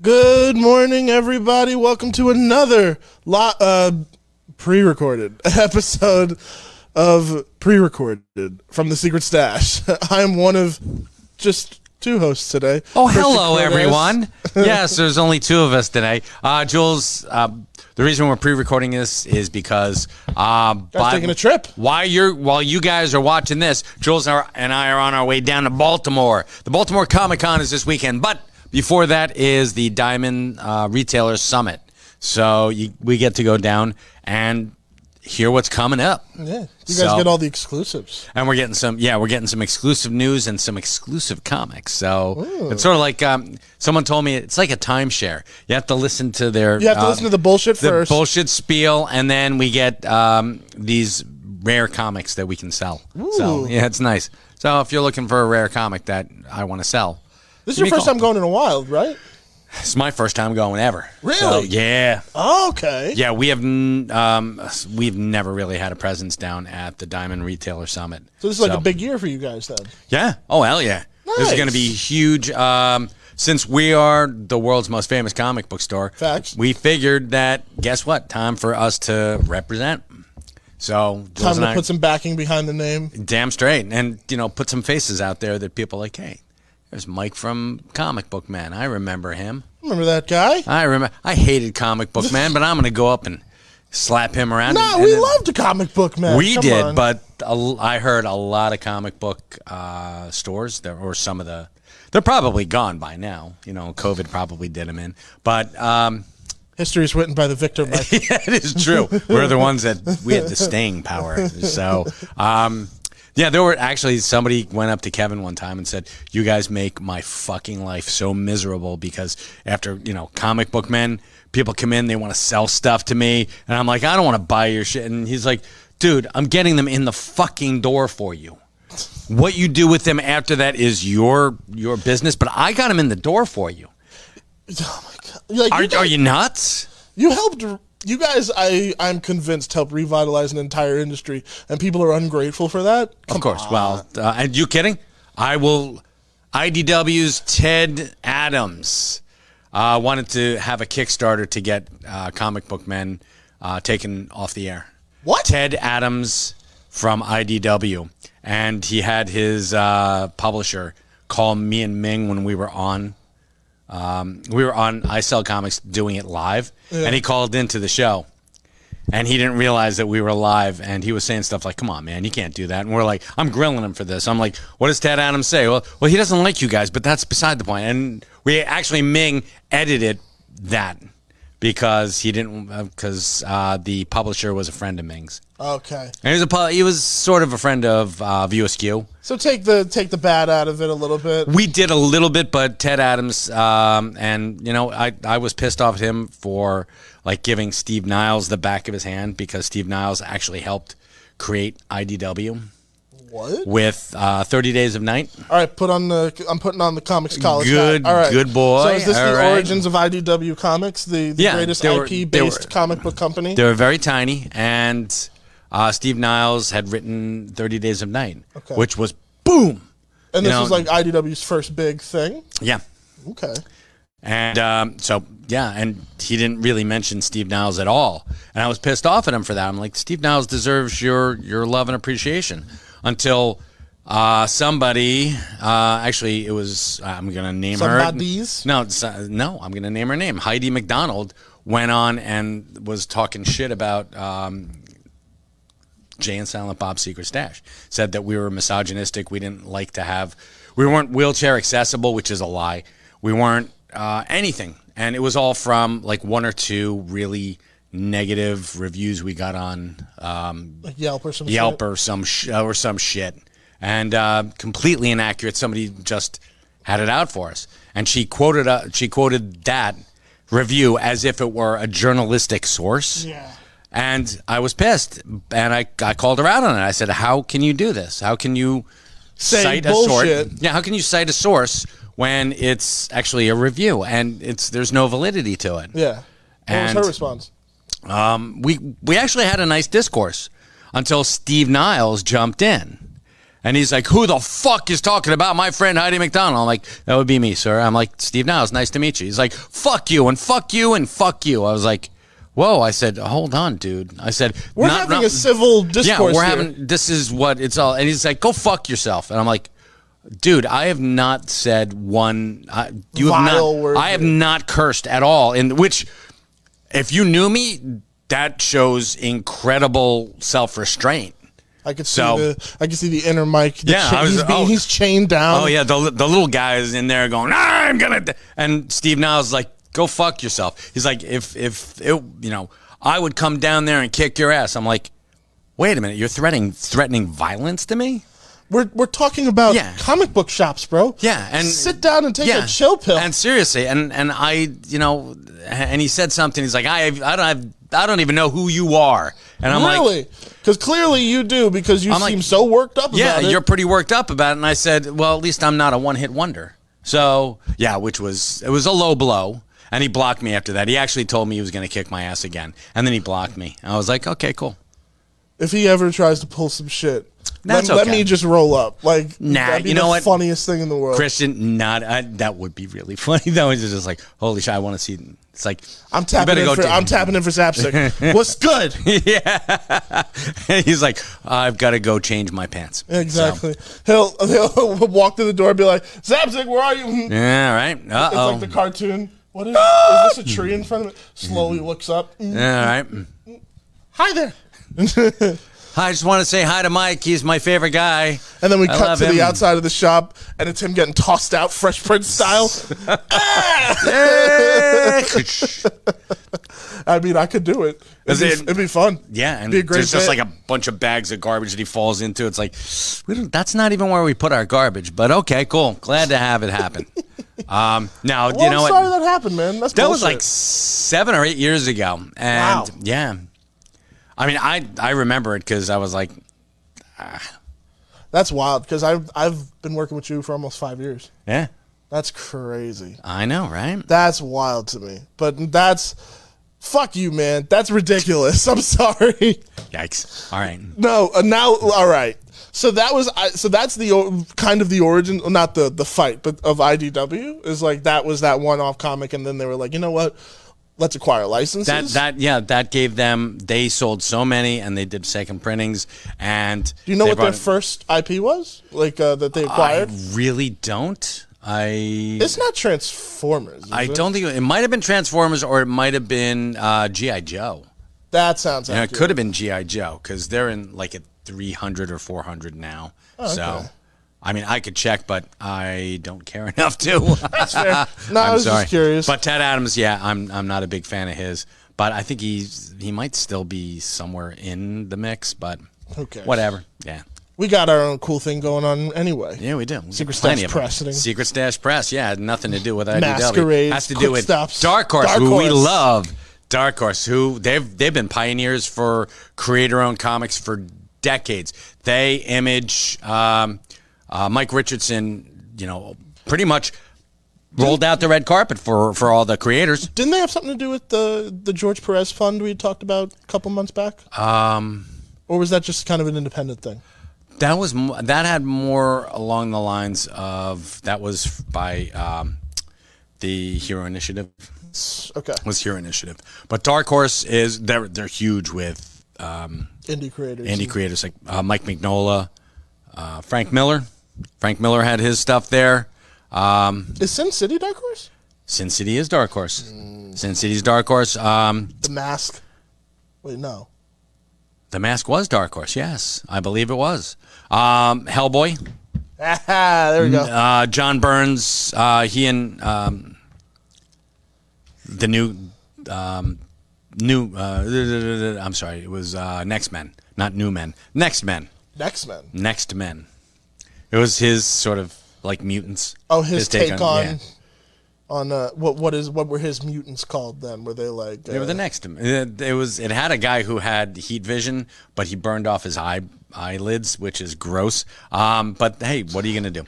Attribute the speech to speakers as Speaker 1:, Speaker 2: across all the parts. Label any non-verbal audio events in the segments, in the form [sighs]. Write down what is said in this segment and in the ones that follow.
Speaker 1: Good morning, everybody. Welcome to another lo- uh, pre recorded [laughs] episode of Pre Recorded from the Secret Stash. [laughs] I'm one of just two hosts today.
Speaker 2: Oh,
Speaker 1: Christian
Speaker 2: hello,
Speaker 1: Cortez. [laughs]
Speaker 2: everyone. yes, there's only two of us today. Uh, Jules, um, the reason we're pre-recording this is because um, by-
Speaker 1: taking a trip.
Speaker 2: While you're while you guys are watching this, Jules and I are- and I are on our way down to Baltimore. The Baltimore Comic Con is this weekend, but before that is the Diamond uh, Retailer Summit. So you, we get to go down and hear what's coming up.
Speaker 1: Yeah, you guys
Speaker 2: So-
Speaker 1: get all the exclusives.
Speaker 2: and we're getting some yeah we're getting some exclusive news and some exclusive comics so it's sort of like um, someone told me it's like a timeshare you have to listen to their
Speaker 1: You have to
Speaker 2: uh,
Speaker 1: listen to the bullshit
Speaker 2: the
Speaker 1: first.
Speaker 2: bullshit spiel and then we get um, these rare comics that we can sell so
Speaker 1: Ooh.
Speaker 2: yeah it's nice so if you're looking for a rare comic that i want to sell
Speaker 1: this is your
Speaker 2: give me a
Speaker 1: first
Speaker 2: call.
Speaker 1: time going in a while, right?
Speaker 2: it's my first time going ever so,
Speaker 1: Really?
Speaker 2: yeah
Speaker 1: Oh, Okay.
Speaker 2: yeah, we have n- um, we've never really had a presence down at the Diamond Retailer Summit.
Speaker 1: So this is like a big year for you guys then.
Speaker 2: Yeah. Oh hell yeah. This is
Speaker 1: Nice.
Speaker 2: going to be huge. Um, since we are the world's most famous comic book store,
Speaker 1: Facts.
Speaker 2: We figured that guess what? Time for us to represent. So
Speaker 1: Time
Speaker 2: Jules and
Speaker 1: to
Speaker 2: I,
Speaker 1: put some backing behind the name.
Speaker 2: damn straight, and you know, put some faces out there that people like. Hey, there's Mike from Comic Book Man. I remember him.
Speaker 1: Remember that guy?
Speaker 2: I remember. I hated Comic Book Man, but I'm going to go up and slap him around. and-
Speaker 1: No,
Speaker 2: and
Speaker 1: we
Speaker 2: then-
Speaker 1: loved the comic book man.
Speaker 2: we
Speaker 1: Come
Speaker 2: did,
Speaker 1: on.
Speaker 2: but a l- I heard a lot of comic book uh, stores there, or some of the, they're probably gone by now. You know, COVID probably did them in, but um,
Speaker 1: history is written by the victor.
Speaker 2: [laughs]
Speaker 1: By
Speaker 2: yeah, it is true. We're the ones that we had the staying power. So, um, yeah, there were actually somebody went up to Kevin one time and said, "You guys make my fucking life so miserable because after you know comic book men, people come in, they want to sell stuff to me, and I'm like, I don't want to buy your shit." And he's like, "Dude, I'm getting them in the fucking door for you." What you do with them after that is your your business, but I got them in the door for you.
Speaker 1: oh my god! Like,
Speaker 2: Are,
Speaker 1: you, guys-
Speaker 2: are you nuts?
Speaker 1: you helped. You guys, I I'm convinced helped revitalize an entire industry, and people are ungrateful for that.
Speaker 2: Of course. Well, uh, are you kidding? I will. IDW's Ted Adams uh, wanted to have a Kickstarter to get uh, comic book men uh, taken off the air.
Speaker 1: What?
Speaker 2: Ted Adams from IDW, and he had his uh, publisher call me and Ming when we were on. Um, we were on I Sell Comics doing it live, and he called into the show and he didn't realize that we were live and he was saying stuff like come on man you can't do that and we're like i'm grilling him for this i'm like what does ted adams say well well he doesn't like you guys but that's beside the point and we actually ming edited that because he didn't because uh, the publisher was a friend of ming's
Speaker 1: Okay,
Speaker 2: and he was a pu- he was sort of a friend of uh, view askew
Speaker 1: so take the take the bad out of it a little bit.
Speaker 2: we did a little bit, but Ted Adams, um, and you know, I, I was pissed off at him for like giving Steve Niles the back of his hand because Steve Niles actually helped create IDW
Speaker 1: What?
Speaker 2: with uh, 30 Days of Night.
Speaker 1: All right, put on the I'm putting on the comics college.
Speaker 2: Good-
Speaker 1: hat. All right,
Speaker 2: good boy.
Speaker 1: So is this
Speaker 2: All
Speaker 1: the
Speaker 2: right.
Speaker 1: origins of IDW Comics, the, the
Speaker 2: Yeah,
Speaker 1: greatest
Speaker 2: they were-
Speaker 1: IP
Speaker 2: they were-
Speaker 1: based comic book company?
Speaker 2: They were very tiny, and uh, Steve Niles had written 30 Days of Night,
Speaker 1: Okay.
Speaker 2: which was boom.
Speaker 1: And
Speaker 2: you
Speaker 1: this
Speaker 2: know-
Speaker 1: was like IDW's first big thing.
Speaker 2: Yeah.
Speaker 1: Okay,
Speaker 2: And um, so, yeah, and he didn't really mention Steve Niles at all. And I was pissed off at him for that. I'm like, Steve Niles deserves your, your love and appreciation until uh, somebody, uh, actually, it was, I'm going to name
Speaker 1: Somebody's?
Speaker 2: her. No, it's, uh, no, I'm going to name her name. Heidi McDonald went on and was talking shit about um, Jay and Silent Bob Secret Stash said that we were misogynistic. We didn't like to have, we weren't wheelchair accessible, which is a lie. We weren't uh, anything. And it was all from like one or two really negative reviews we got on um,
Speaker 1: like Yelp or some shit.
Speaker 2: Yelp or some sh- uh, or some shit, and uh, completely inaccurate. Somebody just had it out for us, and she quoted uh, she quoted that review as if it were a journalistic source.
Speaker 1: Yeah.
Speaker 2: And I was pissed, and I, I called her out on it. I said, "How can you do this? How can you
Speaker 1: Say
Speaker 2: cite a
Speaker 1: bullshit.
Speaker 2: source? Yeah, how can you cite a source when it's actually a review and it's there's no validity to it?
Speaker 1: Yeah. What was
Speaker 2: And-
Speaker 1: her response?
Speaker 2: we we actually had a nice discourse until Steve Niles jumped in And he's like, "Who the fuck is talking about my friend Heidi McDonald?" I'm like, "That would be me, sir." I'm like, "Steve Niles, nice to meet you." He's like, "Fuck you and fuck you and fuck you." I was like, "Whoa!" I said, "Hold on, dude." I said,
Speaker 1: We're
Speaker 2: "Not-
Speaker 1: having
Speaker 2: not-
Speaker 1: a civil discourse.
Speaker 2: yeah, we're
Speaker 1: here.
Speaker 2: having this is what it's all." And he's like, "Go fuck yourself." And I'm like, "Dude, I have not said one. I, you
Speaker 1: Vile
Speaker 2: have not.
Speaker 1: word.
Speaker 2: I have not cursed at all." And which, if you knew me, that shows incredible self restraint.
Speaker 1: I could see
Speaker 2: So-
Speaker 1: the I could see the inner mic. The
Speaker 2: Yeah,
Speaker 1: cha-
Speaker 2: I was-
Speaker 1: he's, being,
Speaker 2: oh.
Speaker 1: he's chained down.
Speaker 2: Oh yeah, the the little guy is in there going, "Ah, "I'm gonna," d-" and Steve Niles is like, "Go fuck yourself." He's like, "If if it, you know, I would come down there and kick your ass." I'm like, "Wait a minute, you're threatening threatening violence to me?"
Speaker 1: We're we're talking about
Speaker 2: Yeah.
Speaker 1: comic book shops, bro.
Speaker 2: Yeah, and
Speaker 1: sit down and take
Speaker 2: yeah,
Speaker 1: a chill pill.
Speaker 2: And seriously, and and I, you know, and he said something. He's like, "I I don't have, I don't even know who you are," and I'm like,
Speaker 1: really? Because clearly you do, because you
Speaker 2: I'm like,
Speaker 1: seem so worked up
Speaker 2: yeah,
Speaker 1: about it.
Speaker 2: you're pretty worked up about it. And I said, well, at least I'm not a one hit wonder. So yeah, which was it was a low blow. And he blocked me after that. He actually told me he was going to kick my ass again, and then he blocked me. I was like, okay, cool.
Speaker 1: if he ever tries to pull some shit,
Speaker 2: That's
Speaker 1: let, let
Speaker 2: okay.
Speaker 1: me just roll up. Like,
Speaker 2: Nah,
Speaker 1: that'd be
Speaker 2: you
Speaker 1: the
Speaker 2: know what?
Speaker 1: funniest thing in the world.
Speaker 2: Christian, not I, that would be really [laughs] funny. That was just like, holy shit, I want to see. it. It's like
Speaker 1: I'm
Speaker 2: you
Speaker 1: tapping
Speaker 2: better
Speaker 1: in
Speaker 2: go
Speaker 1: for
Speaker 2: do-
Speaker 1: I'm tapping in for
Speaker 2: [laughs]
Speaker 1: Zapsic. What's good?
Speaker 2: He's like, I've got to go change my pants. So,
Speaker 1: Exactly. He'll [laughs] he'll walk through the door and be like, Zapsic, where are you? It's
Speaker 2: yeah, all right. Uh oh.
Speaker 1: like the cartoon. What is, is this a tree in front of it? Slowly looks up. Mm,
Speaker 2: Mm-hmm. yeah, all right.
Speaker 1: Hi there.
Speaker 2: Hi, [laughs] I just want to say hi to Mike. He's my favorite guy.
Speaker 1: And then we
Speaker 2: I
Speaker 1: cut
Speaker 2: love
Speaker 1: to
Speaker 2: him.
Speaker 1: the outside of the shop, and it's him getting tossed out, Fresh Prince
Speaker 2: [laughs]
Speaker 1: style. [laughs] I mean, I could do it. It'd,
Speaker 2: Is
Speaker 1: be,
Speaker 2: it-
Speaker 1: it'd be fun.
Speaker 2: [laughs] Yeah, and
Speaker 1: be a great
Speaker 2: there's just
Speaker 1: bit.
Speaker 2: like a bunch of bags of garbage that he falls into. It's like, we don't, that's not even where we put our garbage. But okay, cool. Glad to have
Speaker 1: [laughs]
Speaker 2: it happen. um, now
Speaker 1: Well,
Speaker 2: you know
Speaker 1: I'm
Speaker 2: what?
Speaker 1: sorry that happened, man. That's
Speaker 2: that was
Speaker 1: bullshit.
Speaker 2: like seven or eight years ago, and
Speaker 1: Wow.
Speaker 2: yeah, I mean, I I remember it because I was like,
Speaker 1: that's wild because I've I've been working with you for almost five years.
Speaker 2: yeah,
Speaker 1: That's crazy.
Speaker 2: I know, right?
Speaker 1: That's wild to me. But that's fuck you, man. That's ridiculous. [laughs] I'm sorry.
Speaker 2: Yikes! All right,
Speaker 1: No, uh, now all right. So that was I- so that's the o- kind of the origin, not the the fight, but of IDW is like that was that one off comic, and then they were like, you know what, let's acquire licenses.
Speaker 2: that that yeah, that gave them. They sold so many, and they did second printings, and
Speaker 1: Do you know
Speaker 2: they
Speaker 1: what their
Speaker 2: brought-
Speaker 1: first IP was? Like uh, that they acquired?
Speaker 2: I really don't. I
Speaker 1: it's not Transformers. is
Speaker 2: I
Speaker 1: it?
Speaker 2: don't think it might have been Transformers or it might have been uh, GI Joe.
Speaker 1: That sounds.
Speaker 2: And
Speaker 1: Accurate.
Speaker 2: it could have been GI Joe because they're in like at three hundred or four hundred now.
Speaker 1: Oh,
Speaker 2: So, I mean, I could check, but I don't care [laughs] enough to. That's [laughs]
Speaker 1: fair. [laughs] No, I was just curious.
Speaker 2: But Ted Adams, yeah, I'm I'm not a big fan of his, but I think he's he might still be somewhere in the mix. But
Speaker 1: Who cares?
Speaker 2: whatever. Yeah.
Speaker 1: We got our own cool thing going on anyway.
Speaker 2: Yeah, we do. We got
Speaker 1: Secret
Speaker 2: plenty
Speaker 1: Stash
Speaker 2: of them.
Speaker 1: Pressing.
Speaker 2: Secret Stash Press. Yeah, had nothing to do with IDW.
Speaker 1: Masquerades,
Speaker 2: Has to
Speaker 1: Quick
Speaker 2: do with
Speaker 1: Stops.
Speaker 2: Dark Horse,
Speaker 1: Dark
Speaker 2: who we
Speaker 1: Horse.
Speaker 2: love. Dark Horse, who they've they've been pioneers for creator-owned comics for decades. They image um, uh, Mike Richardson. You know, pretty much rolled out the red carpet for for all the creators.
Speaker 1: Didn't they have something to do with the the George Perez fund we had talked about a couple months back? Um, or was that just kind of an independent thing?
Speaker 2: That was mo- that had more along the lines of that was by um, the Hero Initiative.
Speaker 1: Okay,
Speaker 2: was Hero Initiative. But Dark Horse is they're they're huge with um,
Speaker 1: indie creators.
Speaker 2: indie creators like uh, Mike Mignola, uh, Frank Miller. Frank Miller had his stuff there. Um,
Speaker 1: Is Sin City Dark Horse?
Speaker 2: Sin City is Dark Horse. Sin City's Dark Horse. Um,
Speaker 1: The Mask. Wait, no. [laughs]
Speaker 2: the Mask was Dark Horse. Yes, I believe it was. Um, Hellboy.
Speaker 1: Ah, there we go.
Speaker 2: Uh, John Burns. Uh, he and um, the new um, new. Uh, I'm sorry. It was uh, Next Men, not New Men. Next Men.
Speaker 1: Next Men.
Speaker 2: Next Men. It was his sort of like mutants.
Speaker 1: Oh, his, take, on
Speaker 2: yeah.
Speaker 1: on uh, what what is what were his mutants called then? Were they like
Speaker 2: They were
Speaker 1: uh,
Speaker 2: the next. It, it was. It had a guy who had heat vision, but he burned off his eye eyelids, which is gross. Um, but hey, what are you gonna do?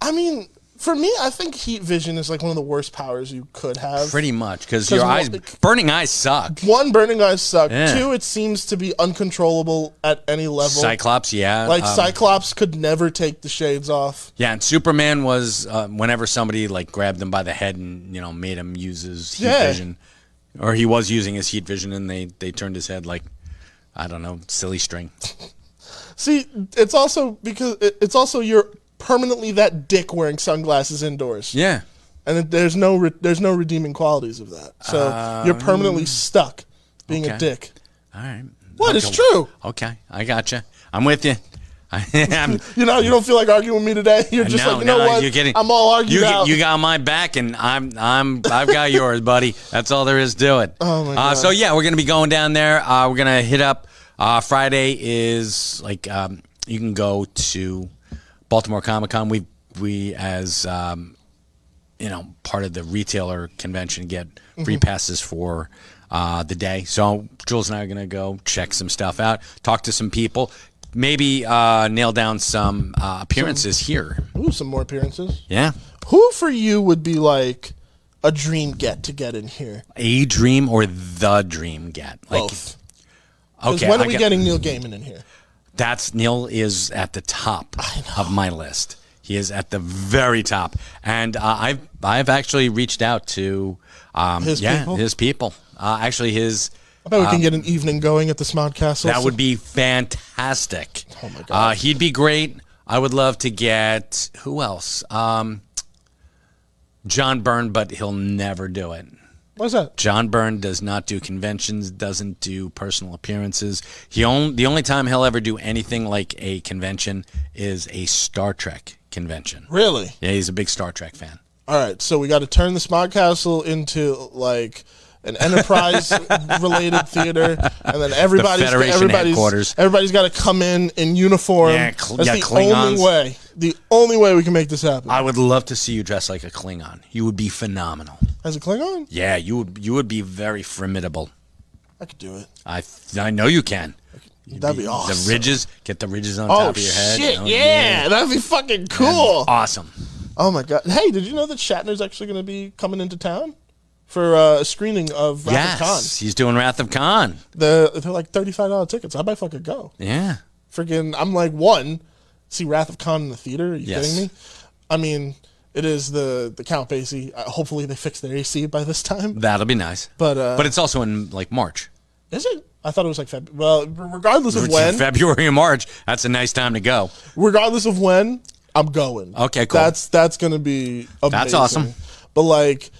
Speaker 1: I mean, for me, I think heat vision is like one of the worst powers you could have.
Speaker 2: Pretty much, because your
Speaker 1: one-
Speaker 2: eyes, burning eyes suck.
Speaker 1: One, burning eyes suck.
Speaker 2: Yeah.
Speaker 1: Two, it seems to be uncontrollable at any level.
Speaker 2: Cyclops, yeah,
Speaker 1: like
Speaker 2: um,
Speaker 1: Cyclops could never take the shades off.
Speaker 2: yeah. And Superman was uh, whenever somebody like grabbed him by the head and you know made him use his heat
Speaker 1: Yeah.
Speaker 2: vision, or he was using his heat vision, and they they turned his head like I don't know, silly string.
Speaker 1: See, it's also because it- it's also you're permanently that dick wearing sunglasses indoors,
Speaker 2: Yeah,
Speaker 1: and it- there's no re- there's no redeeming qualities of that. So you're permanently stuck being
Speaker 2: Um, okay.
Speaker 1: a dick.
Speaker 2: all right.
Speaker 1: What?
Speaker 2: okay.
Speaker 1: It's true.
Speaker 2: Okay, I gotcha. I'm with you. [laughs] I, am
Speaker 1: You know, you don't feel like arguing with me today. [laughs] You're just
Speaker 2: no,
Speaker 1: like, you know
Speaker 2: no,
Speaker 1: what?
Speaker 2: You're getting,
Speaker 1: I'm all argued
Speaker 2: you,
Speaker 1: out.
Speaker 2: You got my back, and I'm, I'm, I've got yours, buddy. That's all there is to it.
Speaker 1: [laughs] Oh, my
Speaker 2: Uh, so yeah, we're gonna be going down there. Uh, we're gonna hit up. Uh, Friday is like um, you can go to Baltimore Comic Con. We we as um, you know part of the retailer convention get
Speaker 1: Mm-hmm.
Speaker 2: free passes for uh, the day. So Jules and I are gonna go check some stuff out, talk to some people. Maybe uh, nail down some uh, appearances here.
Speaker 1: Ooh, some more appearances.
Speaker 2: Yeah.
Speaker 1: Who for you would be like a dream get to get in here?
Speaker 2: A dream or the dream get? Like,
Speaker 1: Both. 'Cause
Speaker 2: Okay.
Speaker 1: when are
Speaker 2: I
Speaker 1: we
Speaker 2: get-
Speaker 1: getting Neil Gaiman in here?
Speaker 2: That's Neil is at the top of my list. He is at the very top, and uh, I've I've actually reached out to um,
Speaker 1: His
Speaker 2: yeah
Speaker 1: people?
Speaker 2: his people. Uh, actually, his
Speaker 1: I bet we can get an evening going at the Smod Castle.
Speaker 2: Uh, that would be fantastic.
Speaker 1: Oh my God.
Speaker 2: Uh, he'd be great. I would love to get who else? Um, John Byrne, but he'll never do it.
Speaker 1: What's that?
Speaker 2: John Byrne does not do conventions, doesn't do personal appearances. He on, the only time he'll ever do anything like a convention is a Star Trek convention.
Speaker 1: Really?
Speaker 2: Yeah, he's a big Star Trek fan.
Speaker 1: All right, so we got to turn the Smog Castle into like an
Speaker 2: [laughs]
Speaker 1: enterprise-related theater, and then everybody's
Speaker 2: Federation
Speaker 1: everybody's
Speaker 2: headquarters.
Speaker 1: everybody's got to come in in uniform.
Speaker 2: Yeah, cl-
Speaker 1: That's
Speaker 2: yeah,
Speaker 1: the
Speaker 2: Klingons. Uh,
Speaker 1: only way. The only way we can make this happen.
Speaker 2: I would love to see you dressed like a Klingon. You would be phenomenal.
Speaker 1: As a Klingon,
Speaker 2: Yeah, you would you would be very formidable.
Speaker 1: I could do it.
Speaker 2: I I know you can. You'd
Speaker 1: That'd be awesome.
Speaker 2: The ridges, get the ridges on
Speaker 1: Oh
Speaker 2: top of your head.
Speaker 1: shit!
Speaker 2: Oh,
Speaker 1: yeah, that'd be fucking cool.
Speaker 2: Awesome.
Speaker 1: Oh my god! Hey, did you know that Shatner's actually going to be coming into town for uh, a screening of Wrath
Speaker 2: yes.
Speaker 1: of Khan?
Speaker 2: He's doing Wrath of Khan.
Speaker 1: The, they're like thirty-five dollar tickets. I might fucking go.
Speaker 2: Yeah.
Speaker 1: Freaking, I'm like one. See Wrath of Khan in the theater? Are you
Speaker 2: Yes.
Speaker 1: kidding me? I mean, it is the the Count Basie. Uh, hopefully, they fix their AC by this time.
Speaker 2: That'll be nice.
Speaker 1: But uh,
Speaker 2: but it's also in like March.
Speaker 1: is it? I thought it was like Feb. Well, r- regardless of
Speaker 2: It's
Speaker 1: when,
Speaker 2: February and March. That's a nice time to go.
Speaker 1: regardless of when, I'm going.
Speaker 2: Okay, cool.
Speaker 1: That's that's gonna be amazing.
Speaker 2: That's awesome.
Speaker 1: But like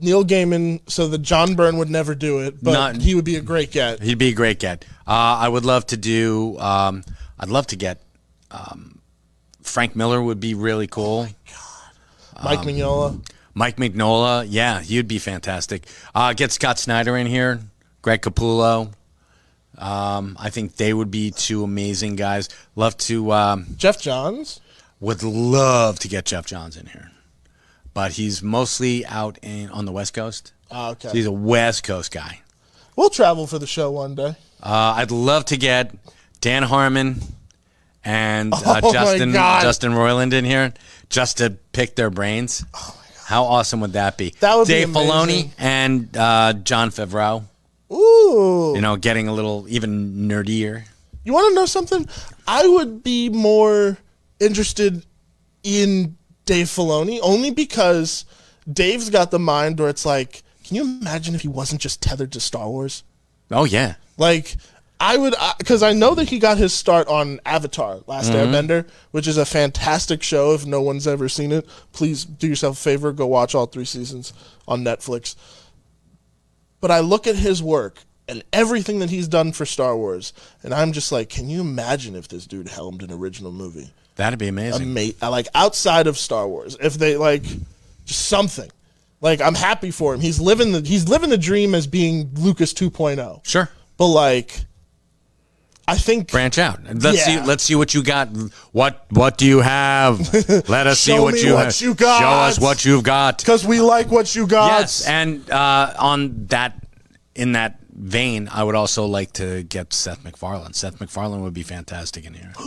Speaker 1: Neil Gaiman, so that John Byrne would never do it, but
Speaker 2: Not- Um,
Speaker 1: he would be a great get.
Speaker 2: He'd be a great get. Uh, I would love to do. Um, I'd love to get. Um, Frank Miller would be really cool.
Speaker 1: Mike Mignola.
Speaker 2: Mike Mignola, yeah, he'd be fantastic. Uh, get Scott Snyder in here. Greg Capullo. Um, I think they would be two amazing guys. Love to. Um,
Speaker 1: Jeff Johns.
Speaker 2: would love to get Jeff Johns in here, but he's mostly out in on the West Coast.
Speaker 1: Ah, okay.
Speaker 2: So he's a West Coast guy.
Speaker 1: We'll travel for the show one day.
Speaker 2: Uh, I'd love to get Dan Harmon and uh,
Speaker 1: [laughs] Oh my
Speaker 2: Justin
Speaker 1: God.
Speaker 2: Justin Roiland in here just to pick their brains. How awesome would that be?
Speaker 1: Oh That would be
Speaker 2: Dave Filoni
Speaker 1: amazing.
Speaker 2: and uh, John Favreau.
Speaker 1: Ooh.
Speaker 2: You know, getting a little even nerdier.
Speaker 1: You want to know something? I would be more interested in Dave Filoni only because Dave's got the mind where it's like, can you imagine if he wasn't just tethered to Star Wars?
Speaker 2: Oh yeah,
Speaker 1: Like I would, because I know that he got his start on Avatar: Last Airbender, which is a fantastic show. If no one's ever seen it, please do yourself a favor, go watch all three seasons on Netflix. But I look at his work and everything that he's done for Star Wars, and I'm just like, can you imagine if this dude helmed an original movie?
Speaker 2: that'd be amazing.
Speaker 1: Mate, like outside of Star Wars, if they like just something. Like I'm happy for him. He's living the he's living the dream as being Lucas oh. 2.0
Speaker 2: sure,
Speaker 1: but like I think
Speaker 2: branch out. Let's
Speaker 1: Yeah.
Speaker 2: see. Let's see what you got. What What do you have?
Speaker 1: [laughs]
Speaker 2: Let us see
Speaker 1: Show
Speaker 2: what
Speaker 1: me
Speaker 2: you
Speaker 1: what
Speaker 2: have.
Speaker 1: you got.
Speaker 2: Show us what you've got.
Speaker 1: because we like what you got.
Speaker 2: Yes, and uh, on that, in that vein, I would also like to get Seth MacFarlane. Seth MacFarlane would be fantastic in here. [gasps]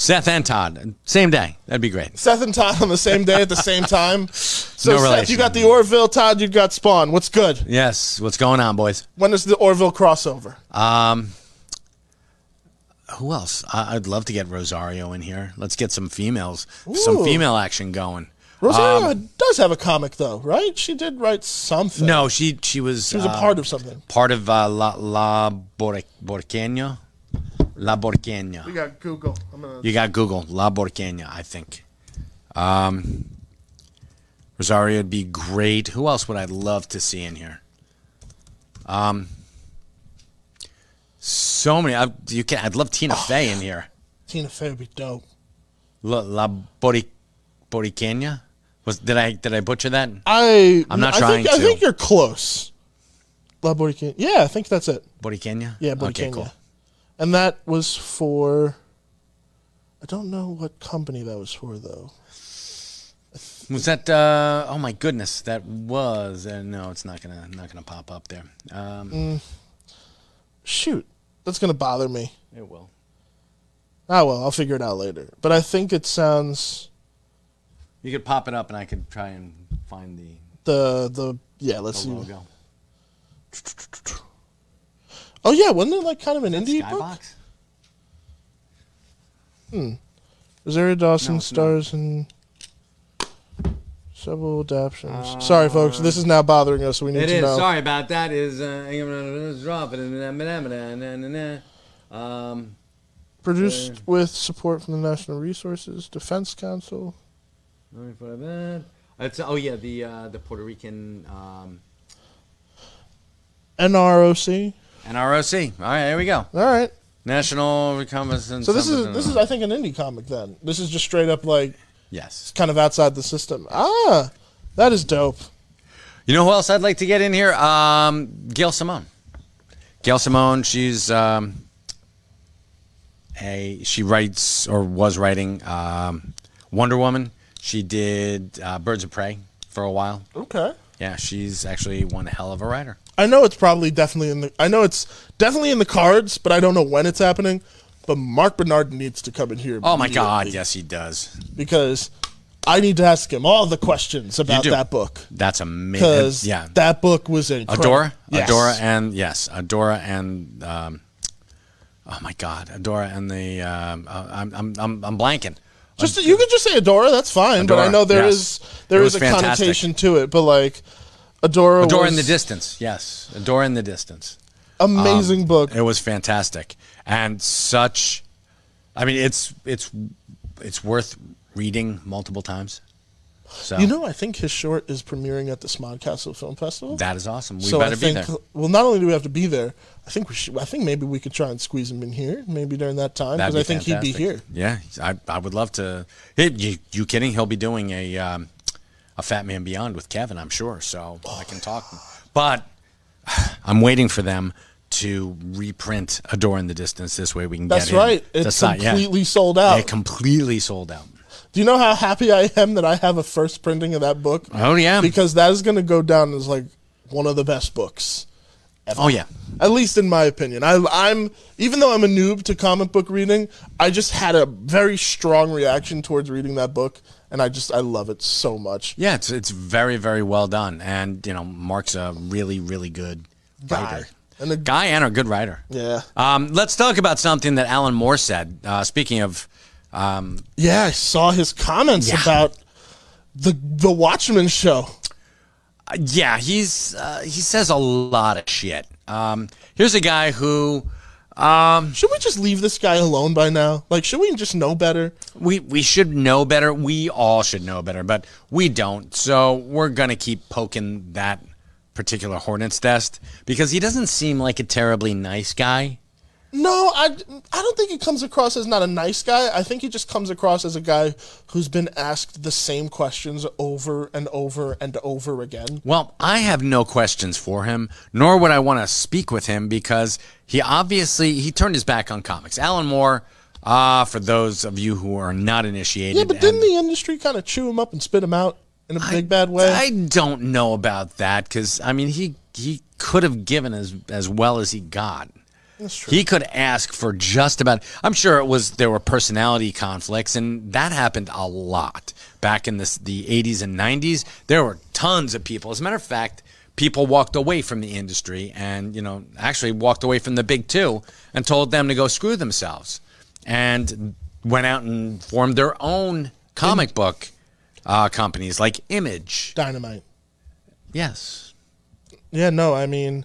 Speaker 2: Seth and Todd, same day. That'd be great.
Speaker 1: Seth and Todd on the same day at the
Speaker 2: [laughs]
Speaker 1: same time. So
Speaker 2: No
Speaker 1: Seth,
Speaker 2: relation.
Speaker 1: you got the Orville. Todd, you got Spawn. What's good?
Speaker 2: Yes. What's going on, boys?
Speaker 1: When is the Orville crossover?
Speaker 2: Uh, Who else? I- I'd love to get Rosario in here. Let's get some females, some
Speaker 1: Ooh.
Speaker 2: female action going.
Speaker 1: Rosario does have a comic though, right? She did write something.
Speaker 2: um, No, she she was uh,
Speaker 1: she was a part of something.
Speaker 2: part of uh, La La Bor- Borqueña. La Borqueña.
Speaker 1: got Google. I'm gonna.
Speaker 2: You got Google La Borqueña, I think. Um, Rosario would be great. Who else would I love to see in here? Um, so many. I, you can. I'd love Tina Fey in here.
Speaker 1: Tina Fey would be dope.
Speaker 2: La, La Boric, Boricana? Was did I did I butcher that?
Speaker 1: I.
Speaker 2: I'm not
Speaker 1: I
Speaker 2: trying
Speaker 1: think, I
Speaker 2: to.
Speaker 1: think you're close. La Boricana. Yeah, I think that's it.
Speaker 2: Boricana?
Speaker 1: Yeah, Boricana. And that was for. I don't know what company that was for though.
Speaker 2: Was that? Uh, oh my goodness, that was. Uh, no, it's not gonna not gonna pop up there. Um,
Speaker 1: Shoot, that's gonna bother me.
Speaker 2: It will.
Speaker 1: Ah well, I'll figure it out later. But I think it sounds
Speaker 2: You could pop it up, and I could try and find the,
Speaker 1: the the yeah. Let's
Speaker 2: the
Speaker 1: see.
Speaker 2: logo.
Speaker 1: Oh yeah, wasn't it like kind of an indie book?
Speaker 2: Skybox.
Speaker 1: Rosario Dawson
Speaker 2: No, it's
Speaker 1: stars in several adaptions.
Speaker 2: Uh,
Speaker 1: Sorry, folks, this is now bothering us. so We need
Speaker 3: It
Speaker 1: to
Speaker 3: is.
Speaker 1: know.
Speaker 3: Sorry about that. Is uh, um,
Speaker 1: Produced with support from the National Resources Defense Council.
Speaker 3: let me put it back. It's oh yeah, the uh, the Puerto Rican um,
Speaker 1: NROC.
Speaker 2: NROC. All right, here we go.
Speaker 1: All right.
Speaker 2: National Reconnaissance.
Speaker 1: So this is this is I think an indie comic then. This is just straight up like
Speaker 2: yes.
Speaker 1: kind of outside the system. Ah, that is dope.
Speaker 2: You know who else I'd like to get in here? Um, Gail Simone. Gail Simone. She's um, a she writes or was writing um, Wonder Woman. She did uh, Birds of Prey for a while.
Speaker 1: Okay.
Speaker 2: Yeah, she's actually one hell of a writer.
Speaker 1: I know it's probably definitely in the I know it's definitely in the cards, but I don't know when it's happening. But Mark Bernard needs to come in here.
Speaker 2: Oh my God!
Speaker 1: immediately
Speaker 2: Yes, he does.
Speaker 1: Because I need to ask him all the questions about
Speaker 2: do.
Speaker 1: that book.
Speaker 2: That's amazing.
Speaker 1: Because
Speaker 2: Yeah,
Speaker 1: that book was incredible.
Speaker 2: Adora,
Speaker 1: Yes.
Speaker 2: Adora, and yes, Adora and um, oh my God, Adora and the um, uh, I'm I'm I'm I'm blanking.
Speaker 1: Just you could just say Adora, that's fine. but I
Speaker 2: Adora,
Speaker 1: know there
Speaker 2: yes.
Speaker 1: is there
Speaker 2: It
Speaker 1: is
Speaker 2: was
Speaker 1: a
Speaker 2: fantastic.
Speaker 1: connotation to it, but like Adora,
Speaker 2: Adora
Speaker 1: was
Speaker 2: in the distance. Yes, Adora in the distance. Um,
Speaker 1: amazing book.
Speaker 2: It was fantastic and such. I mean, it's it's it's worth reading multiple times. So
Speaker 1: You know, I think his short is premiering at the Smodcastle Film Festival.
Speaker 2: that is awesome. We
Speaker 1: so
Speaker 2: better
Speaker 1: I think,
Speaker 2: be there.
Speaker 1: well, not only do we have to be there, I think we should. I think maybe we could try and squeeze him in here, maybe during that time, because
Speaker 2: That'd
Speaker 1: I
Speaker 2: be
Speaker 1: think he'd be here.
Speaker 2: fantastic. Yeah, I, I would love to. Hey, you, you kidding? He'll be doing a um, a Fat Man Beyond with Kevin, I'm sure. So I can talk, but I'm waiting for them to reprint "A Door in the Distance." This way we can
Speaker 1: That's
Speaker 2: get in.
Speaker 1: right. It's
Speaker 2: That's not- yeah.
Speaker 1: completely sold out.
Speaker 2: It completely sold out.
Speaker 1: do you know how happy I am that I have a first printing of that book?
Speaker 2: Oh yeah.
Speaker 1: Because that is going to go down as like one of the best books.
Speaker 2: oh yeah.
Speaker 1: At least in my opinion, I, I'm even though I'm a noob to comic book reading, I just had a very strong reaction towards reading that book, and I just I love it so much.
Speaker 2: Yeah, it's it's very very well done, and you know Mark's a really really good
Speaker 1: Guy
Speaker 2: writer.
Speaker 1: and a,
Speaker 2: Guy and a good writer.
Speaker 1: yeah,
Speaker 2: Um, let's talk about something that Alan Moore said. Uh, speaking of um,
Speaker 1: yeah, I saw his comments about the the Watchmen show.
Speaker 2: yeah, he's uh, he says a lot of shit. Um, here's a guy who um,
Speaker 1: Should we just leave this guy alone by now? Like, should we just know better?
Speaker 2: we we should know better. We all should know better, but we don't. So we're gonna keep poking that particular hornet's nest because he doesn't seem like a terribly nice guy.
Speaker 1: No, I, I don't think he comes across as not a nice guy. I think he just comes across as a guy who's been asked the same questions over and over and over again.
Speaker 2: Well, I have no questions for him, nor would I want to speak with him because he obviously he turned his back on comics. Alan Moore, uh, for those of you who are not initiated,
Speaker 1: Yeah, but
Speaker 2: and-
Speaker 1: didn't the industry kind of chew him up and spit him out in a big bad way?
Speaker 2: I don't know about that because I mean he he could have given as as well as he got. He could ask for just about. I'm sure it was there were personality conflicts, and that happened a lot back in this, the 80s and 90s. There were tons of people. As a matter of fact, people walked away from the industry, and you know, actually walked away from the big two, and told them to go screw themselves, and went out and formed their own comic book uh, companies like Image.
Speaker 1: Dynamite.
Speaker 2: Yes.
Speaker 1: Yeah, no, I mean,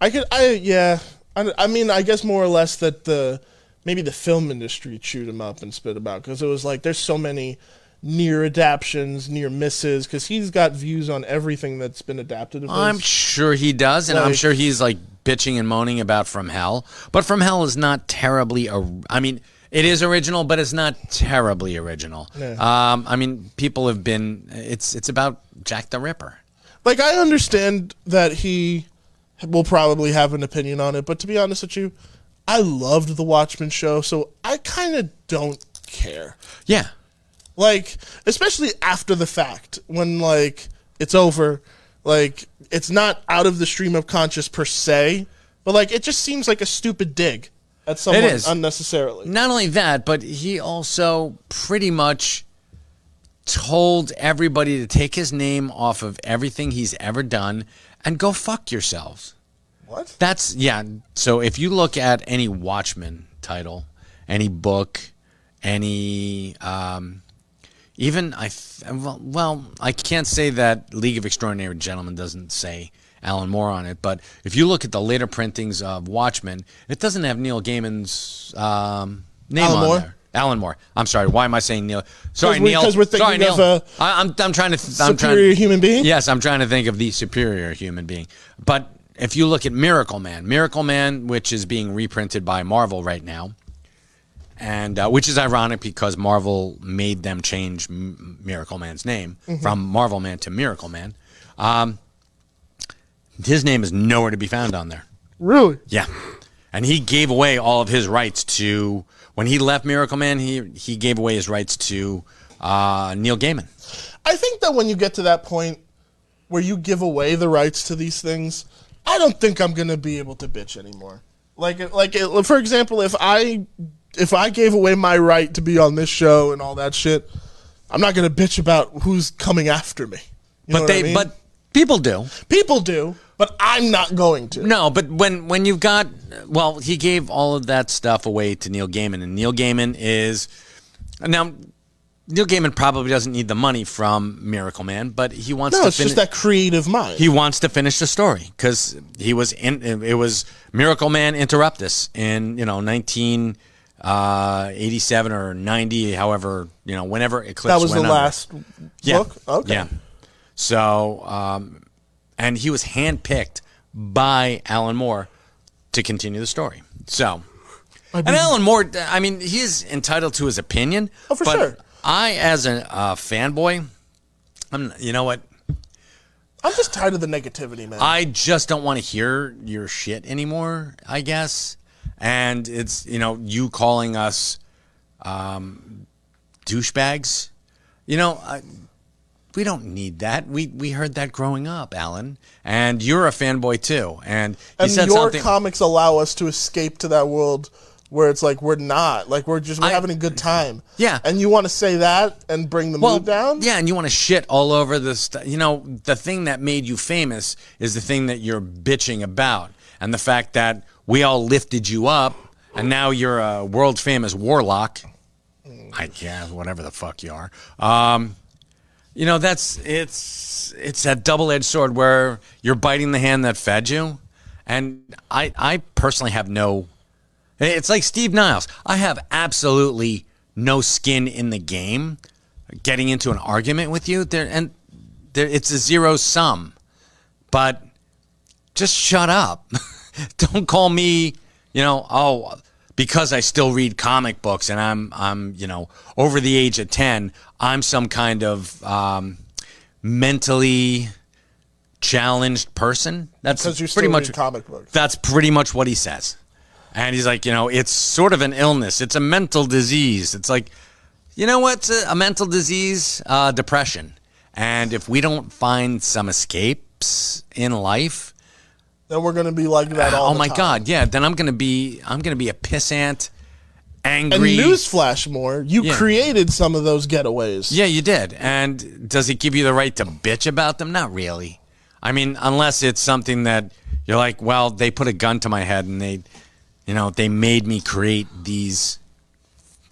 Speaker 1: I could, I yeah, I, I mean, I guess more or less that the maybe the film industry chewed him up and spit about because it was like there's so many near adaptions, near misses because he's got views on everything that's been adapted. Of
Speaker 2: I'm
Speaker 1: his.
Speaker 2: sure he does, and I'm
Speaker 1: Like-
Speaker 2: sure he's like bitching and moaning about From Hell. But From Hell is not terribly. or- I mean, it is original, but it's not terribly original. Um, I mean, people have been. It's it's about Jack the Ripper.
Speaker 1: like I understand that he will probably have an opinion on it, but to be honest with you, I loved the Watchmen show, so I kind of don't care.
Speaker 2: Yeah,
Speaker 1: like especially after the fact when like it's over like it's not out of the stream of conscious per se but like it just seems like a stupid dig at someone
Speaker 2: is.
Speaker 1: unnecessarily
Speaker 2: not only that, but he also pretty much told everybody to take his name off of everything he's ever done and go fuck yourselves.
Speaker 1: what
Speaker 2: That's yeah. So if you look at any Watchmen title, any book, any um, even I th- well, well I can't say that League of Extraordinary Gentlemen doesn't say Alan Moore on it, but if you look at the later printings of Watchmen, it doesn't have Neil Gaiman's um, name
Speaker 1: Alan
Speaker 2: on
Speaker 1: Moore?
Speaker 2: there. Alan Moore. I'm sorry. Why am I saying Neil? Sorry,
Speaker 1: we-
Speaker 2: Neil.
Speaker 1: 'cause we're thinking
Speaker 2: sorry, Neil.
Speaker 1: of a
Speaker 2: I, I'm I'm trying to th- I'm trying-
Speaker 1: superior human being?
Speaker 2: Yes, I'm trying to think of the superior human being. But if you look at Miracle Man, Miracle Man, which is being reprinted by Marvel right now, and uh, which is ironic because Marvel made them change M- Miracle Man's name
Speaker 1: Mm-hmm.
Speaker 2: from Marvel Man to Miracle Man. Um, his name is nowhere to be found on there.
Speaker 1: really
Speaker 2: Yeah. And he gave away all of his rights to when he left Miracle Man, he he gave away his rights to uh, Neil Gaiman.
Speaker 1: i think that when you get to that point where you give away the rights to these things i don't think i'm gonna be able to bitch anymore like like for example if i if i gave away my right to be on this show and all that shit i'm not gonna bitch about who's coming after me You know
Speaker 2: But
Speaker 1: what I
Speaker 2: they
Speaker 1: mean?
Speaker 2: but people do.
Speaker 1: People do, but I'm not going to.
Speaker 2: No, but when when you've got well, he gave all of that stuff away to Neil Gaiman, and Neil Gaiman is now Neil Gaiman probably doesn't need the money from Miracle Man, but he wants
Speaker 1: no,
Speaker 2: to
Speaker 1: it's
Speaker 2: finish.
Speaker 1: just that creative mind.
Speaker 2: he wants to finish the story because he was in. It was Miracle Man Interruptus in you know nineteen eighty seven or ninety, however you know whenever Eclipse.
Speaker 1: that was the
Speaker 2: went under.
Speaker 1: last book. Okay.
Speaker 2: Yeah. So, um, and he was handpicked by Alan Moore to continue the story. So, and Alan Moore, I mean, he's entitled to his opinion.
Speaker 1: Oh, for
Speaker 2: but
Speaker 1: sure.
Speaker 2: I, as a uh, fanboy, I'm. You know what?
Speaker 1: I'm just tired of the negativity, man.
Speaker 2: I just don't want to hear your shit anymore, I guess. And it's, you know, you calling us um, douchebags. You know, I, we don't need that. We we heard that growing up, Alan. And you're a fanboy too. And he
Speaker 1: and your
Speaker 2: said something.
Speaker 1: comics allow us to escape to that world where it's like we're not, like we're just we're
Speaker 2: I-
Speaker 1: having a good time.
Speaker 2: Yeah.
Speaker 1: And you want to say that and bring the
Speaker 2: well,
Speaker 1: mood down?
Speaker 2: yeah, and you want to shit all over the st- you know, the thing that made you famous is the thing that you're bitching about. And the fact that we all lifted you up and now you're a world famous warlock.
Speaker 1: Mm.
Speaker 2: I guess whatever the fuck you are. Um, you know, that's it's it's that double edged sword where you're biting the hand that fed you. And I I personally have no it's like Steve Niles. I have absolutely no skin in the game getting into an argument with you. There and there it's a zero sum. But just shut up. [laughs] Don't call me, you know, oh, because I still read comic books and I'm, I'm, you know, over the age of 10, I'm some kind of um, mentally challenged person. That's
Speaker 1: Because you
Speaker 2: pretty
Speaker 1: still
Speaker 2: much
Speaker 1: read comic books.
Speaker 2: That's pretty much what he says. And he's like, you know, it's sort of an illness. It's a mental disease. It's like, you know what's a, a mental disease? Uh, depression. And if we don't find some escapes in life,
Speaker 1: then we're gonna be like that all.
Speaker 2: oh
Speaker 1: the
Speaker 2: my
Speaker 1: time.
Speaker 2: god, yeah. Then I'm gonna be I'm gonna be a pissant,
Speaker 1: And
Speaker 2: angry.
Speaker 1: newsflash, more you
Speaker 2: Yeah.
Speaker 1: created some of those getaways.
Speaker 2: yeah, you did. And does it give you the right to bitch about them? Not really. I mean, unless it's something that you're like, well, they put a gun to my head and they, you know, they made me create these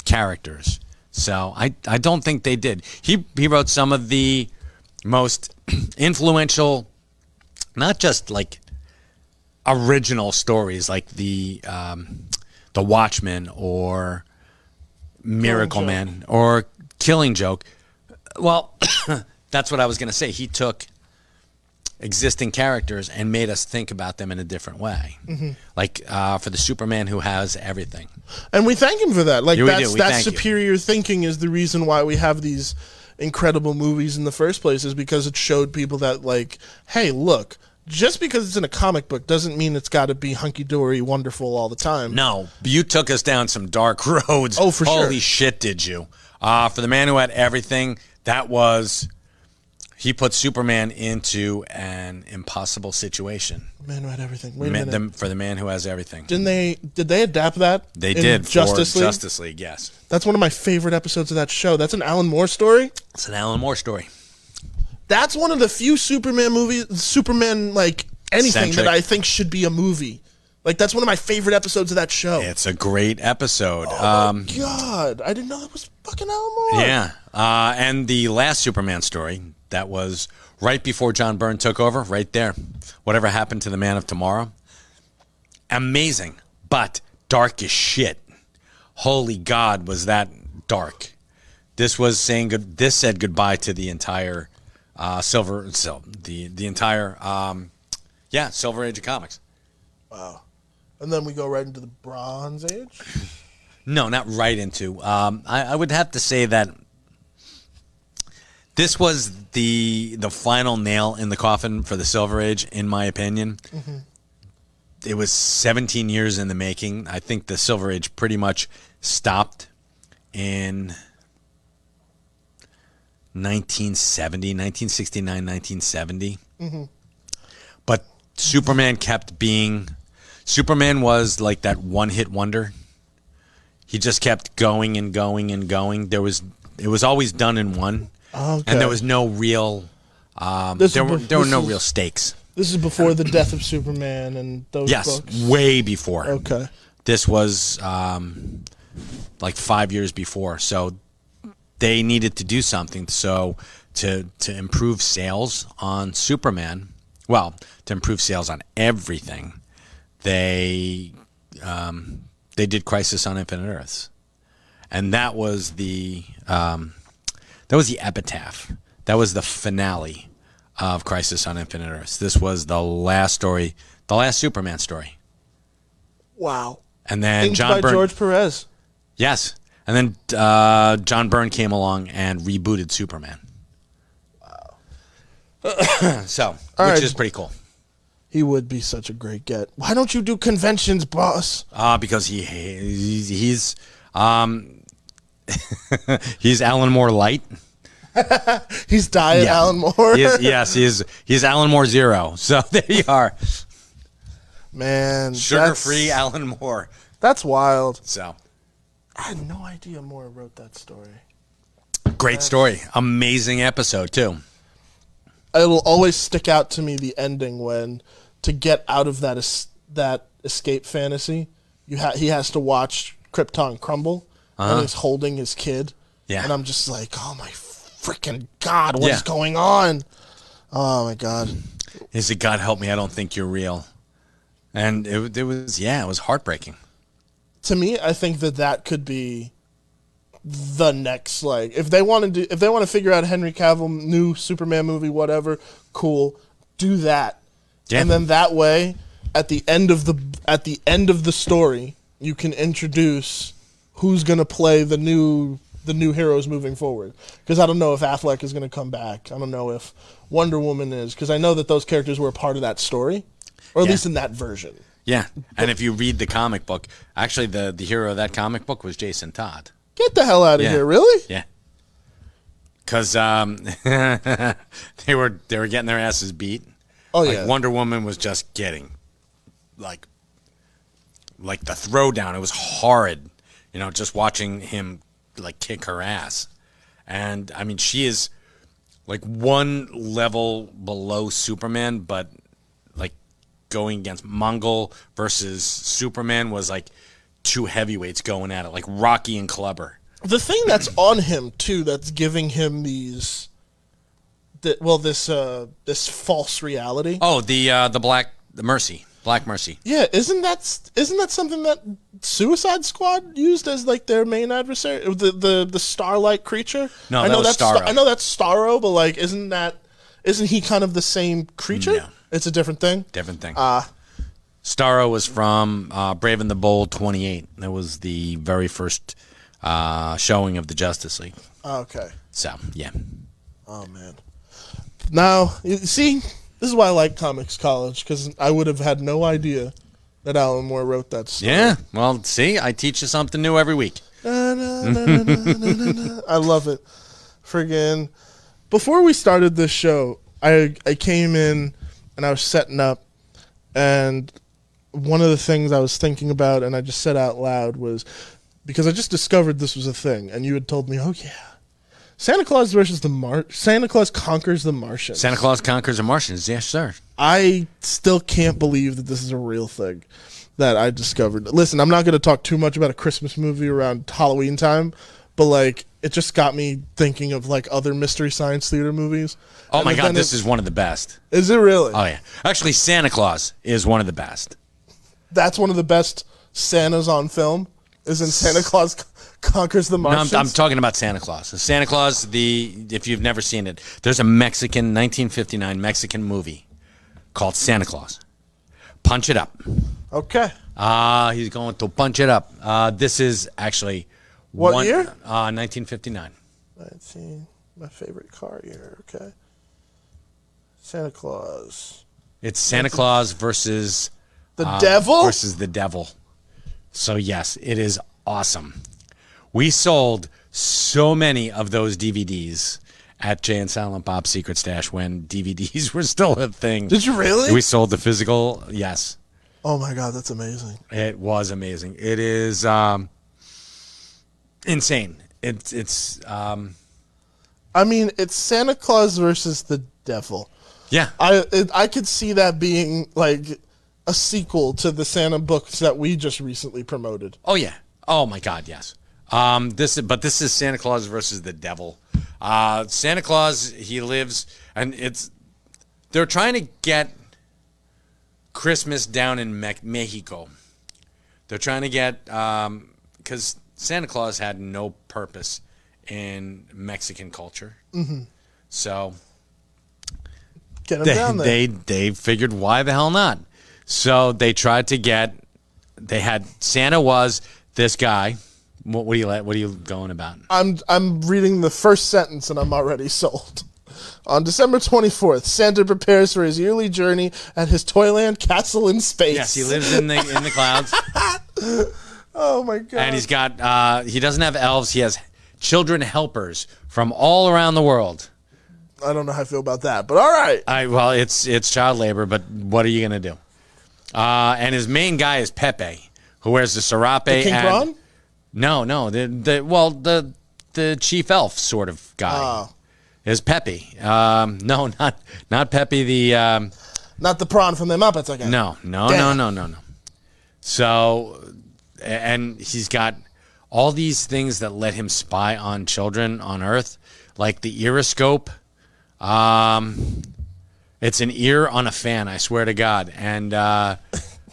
Speaker 2: characters. So I, I don't think they did. He he wrote some of the most [clears throat] influential, not just like original stories, like the um, the Watchmen or Miracle
Speaker 1: Joke.
Speaker 2: Man or Killing Joke. Well, [coughs] that's what I was gonna say. He took existing characters and made us think about them in a different way. Like uh, for the Superman who has everything.
Speaker 1: and we thank him for that. Like
Speaker 2: Yeah, we do.
Speaker 1: that's
Speaker 2: We
Speaker 1: that
Speaker 2: thank you.
Speaker 1: superior thinking is the reason why we have these incredible movies in the first place is because it showed people that like, hey, look, just because it's in a comic book doesn't mean it's got to be hunky dory, wonderful all the time.
Speaker 2: No, you took us down some dark [laughs] roads.
Speaker 1: Oh, for sure.
Speaker 2: Holy shit, did you? Uh, for the man who had everything, that was he put Superman into an impossible situation.
Speaker 1: man, read everything. Wait a
Speaker 2: Ma-
Speaker 1: minute.
Speaker 2: the- for the man who has everything,
Speaker 1: Didn't they? Did they adapt that?
Speaker 2: they
Speaker 1: in
Speaker 2: did for
Speaker 1: Justice League.
Speaker 2: Justice League, yes,
Speaker 1: That's one of my favorite episodes of that show. That's an Alan Moore story.
Speaker 2: it's an Alan Moore story.
Speaker 1: That's one of the few Superman movies, Superman like anything
Speaker 2: Centric.
Speaker 1: that I think should be a movie. Like that's one of my favorite episodes of that show.
Speaker 2: It's a great episode.
Speaker 1: Oh,
Speaker 2: um,
Speaker 1: God, I didn't know that was fucking Alan Moore.
Speaker 2: yeah, uh, and the last Superman story that was right before John Byrne took over, right there. Whatever happened to the Man of Tomorrow? amazing, but dark as shit. Holy God, was that dark? This was saying good. This said goodbye to the entire uh, silver, so the the entire um, yeah, Silver Age of comics.
Speaker 1: And then we go right into the Bronze Age.
Speaker 2: No, not right into. Um, I, I would have to say that this was the the final nail in the coffin for the Silver Age, in my opinion. It was 17 years in the making. I think the Silver Age pretty much stopped in 1970, 1969, 1970.
Speaker 1: Mm-hmm.
Speaker 2: But Superman kept being. Superman was like that one hit wonder he just kept going and going and going. There was it was always done in one,
Speaker 1: Okay.
Speaker 2: and there was no real um,
Speaker 1: This
Speaker 2: there
Speaker 1: is
Speaker 2: were
Speaker 1: bef-
Speaker 2: there were
Speaker 1: this
Speaker 2: no
Speaker 1: is-
Speaker 2: real stakes.
Speaker 1: This is before the death of Superman and those
Speaker 2: Yes,
Speaker 1: books.
Speaker 2: way before.
Speaker 1: Okay.
Speaker 2: This was um, like five years before, so they needed to do something. So to to improve sales on Superman, well, to improve sales on everything, they um, they did Crisis on Infinite Earths, and that was the um, that was the epitaph. That was the finale of Crisis on Infinite Earths. This was the last story, the last Superman story.
Speaker 1: Wow.
Speaker 2: And then
Speaker 1: Inked
Speaker 2: John
Speaker 1: by
Speaker 2: Byrne,
Speaker 1: George Perez.
Speaker 2: yes, and then uh, John Byrne came along and rebooted Superman. [coughs] Wow. so, which
Speaker 1: right.
Speaker 2: is pretty cool,
Speaker 1: He would be such a great get. Why don't you do conventions, boss?
Speaker 2: uh, because he he's he's, um, [laughs] he's Alan Moore light.
Speaker 1: He's dying, Alan Moore.
Speaker 2: He is- yes, he's he's Alan Moore zero. [laughs] So there you are,
Speaker 1: [laughs] Man,
Speaker 2: sugar
Speaker 1: that's-
Speaker 2: free Alan Moore.
Speaker 1: That's wild.
Speaker 2: So
Speaker 1: I had no idea Moore wrote that story.
Speaker 2: great story, amazing episode too.
Speaker 1: It'll always stick out to me the ending when to get out of that es- that escape fantasy, you ha- he has to watch Krypton crumble and he's holding his kid.
Speaker 2: Uh-huh. Yeah.
Speaker 1: And I'm just like, "Oh my freaking god, what's
Speaker 2: Yeah.
Speaker 1: going on?" Oh my god.
Speaker 2: He said, "God help me, I don't think you're real," and it, wa- it was yeah, it was heartbreaking.
Speaker 1: To me, I think that that could be the next like if they want to do if they want to figure out Henry Cavill new Superman movie whatever, cool, do that.
Speaker 2: Yeah.
Speaker 1: And then that way, at the end of the at the end of the story, you can introduce who's going to play the new the new heroes moving forward. Because I don't know if Affleck is going to come back. I don't know if Wonder Woman is. Because I know that those characters were a part of that story, or at
Speaker 2: Yeah.
Speaker 1: least in that version.
Speaker 2: Yeah, and if you read the comic book, actually the the hero of that comic book was Jason Todd.
Speaker 1: Get the hell out of
Speaker 2: Yeah.
Speaker 1: here! Really?
Speaker 2: Yeah, because um, [laughs] they were they were getting their asses beat.
Speaker 1: Oh,
Speaker 2: Like,
Speaker 1: yeah.
Speaker 2: Wonder Woman was just getting like like the throwdown. It was horrid, you know, just watching him like kick her ass. And I mean, she is like one level below Superman, but like going against Mongol versus Superman was like two heavyweights going at it, like Rocky and Clubber.
Speaker 1: The thing that's on him too that's giving him these th- well this uh this false reality.
Speaker 2: Oh, the uh, the black the Mercy, Black Mercy.
Speaker 1: Yeah, isn't that s- isn't that something that Suicide Squad used as like their main adversary, the the the starlight creature?
Speaker 2: No,
Speaker 1: I
Speaker 2: that
Speaker 1: know
Speaker 2: was
Speaker 1: that's Star-
Speaker 2: Starro.
Speaker 1: I know that's Starro, but like, isn't that isn't he kind of the same creature?
Speaker 2: No.
Speaker 1: It's a different thing.
Speaker 2: Different thing. Uh, Starro was from uh, Brave and the Bold 28. That was the very first uh, showing of the Justice League.
Speaker 1: Oh, okay.
Speaker 2: So, yeah.
Speaker 1: Oh man. Now you see, this is why I like comics college because I would have had no idea that Alan Moore wrote that. Story.
Speaker 2: Yeah. Well, see, I teach you something new every week.
Speaker 1: Na, na, na, na, na, na, na, na. I love it. Friggin' before we started this show, I I came in and I was setting up and one of the things I was thinking about and I just said out loud was because I just discovered this was a thing and you had told me, "Oh yeah. Santa Claus versus the Mar Santa Claus conquers the Martians."
Speaker 2: Santa Claus conquers the Martians. Yes, sir.
Speaker 1: I still can't believe that this is a real thing that I discovered. Listen, I'm not going to talk too much about a Christmas movie around Halloween time, but like it just got me thinking of like other mystery science theater movies.
Speaker 2: Oh, my God. This is one of the best.
Speaker 1: is it really?
Speaker 2: Oh, yeah. Actually, Santa Claus is one of the best.
Speaker 1: That's one of the best Santas on film. Is in Santa Claus Con- conquers the
Speaker 2: No, I'm,
Speaker 1: Martians.
Speaker 2: I'm talking about Santa Claus. Santa Claus, the if you've never seen it, there's a Mexican 1959 Mexican movie called Santa Claus. Punch it up.
Speaker 1: okay.
Speaker 2: Ah, he's going to punch it up. Uh, this is actually
Speaker 1: What year?
Speaker 2: Uh, 1959.
Speaker 1: Let's see. My favorite car here. Okay. Santa Claus.
Speaker 2: It's Santa Claus versus
Speaker 1: The
Speaker 2: uh,
Speaker 1: devil?
Speaker 2: versus the devil. So yes, it is awesome. We sold so many of those DVDs at Jay and Silent Bob Secret Stash when [laughs] DVDs were still a thing.
Speaker 1: Did you really?
Speaker 2: We sold the physical. Yes,
Speaker 1: oh my god, that's amazing.
Speaker 2: it was amazing. It is um, insane. It's it's um,
Speaker 1: I mean, it's Santa Claus versus the devil.
Speaker 2: yeah.
Speaker 1: I it, I could see that being like a sequel to the Santa books that we just recently promoted.
Speaker 2: Oh yeah. Oh my God. Yes. Um. This. But this is Santa Claus versus the devil. Uh. Santa Claus. He lives, and it's. They're trying to get Christmas down in Me- Mexico. They're trying to get um because Santa Claus had no purpose in Mexican culture. Mm-hmm. So
Speaker 1: Get him
Speaker 2: they,
Speaker 1: down there.
Speaker 2: they they figured why the hell not so they tried to get they had santa was this guy what, what are you la- what are you going about
Speaker 1: I'm I'm reading the first sentence and I'm already [laughs] sold. On December 24th, Santa prepares for his yearly journey at his Toyland castle in space.
Speaker 2: yes he lives in the in the clouds
Speaker 1: Oh my god.
Speaker 2: [laughs] and he's got uh he doesn't have elves he has children helpers from all around the world
Speaker 1: I don't know how I feel about that, but all right.
Speaker 2: I well, it's it's child labor, but what are you gonna do? Uh, and his main guy is Pepe, who wears the serape.
Speaker 1: King
Speaker 2: and,
Speaker 1: Kron?
Speaker 2: No, no. The, the well, the the chief elf sort of guy
Speaker 1: Oh.
Speaker 2: is Pepe. Um, [laughs] no, not not Pepe. The um,
Speaker 1: Not the prawn from the Muppets again.
Speaker 2: no, no,
Speaker 1: Damn.
Speaker 2: no, no, no, no. So, a- and he's got all these things that let him spy on children on Earth, like the Eriscope. Um, it's an ear on a fan, I swear to God, and uh,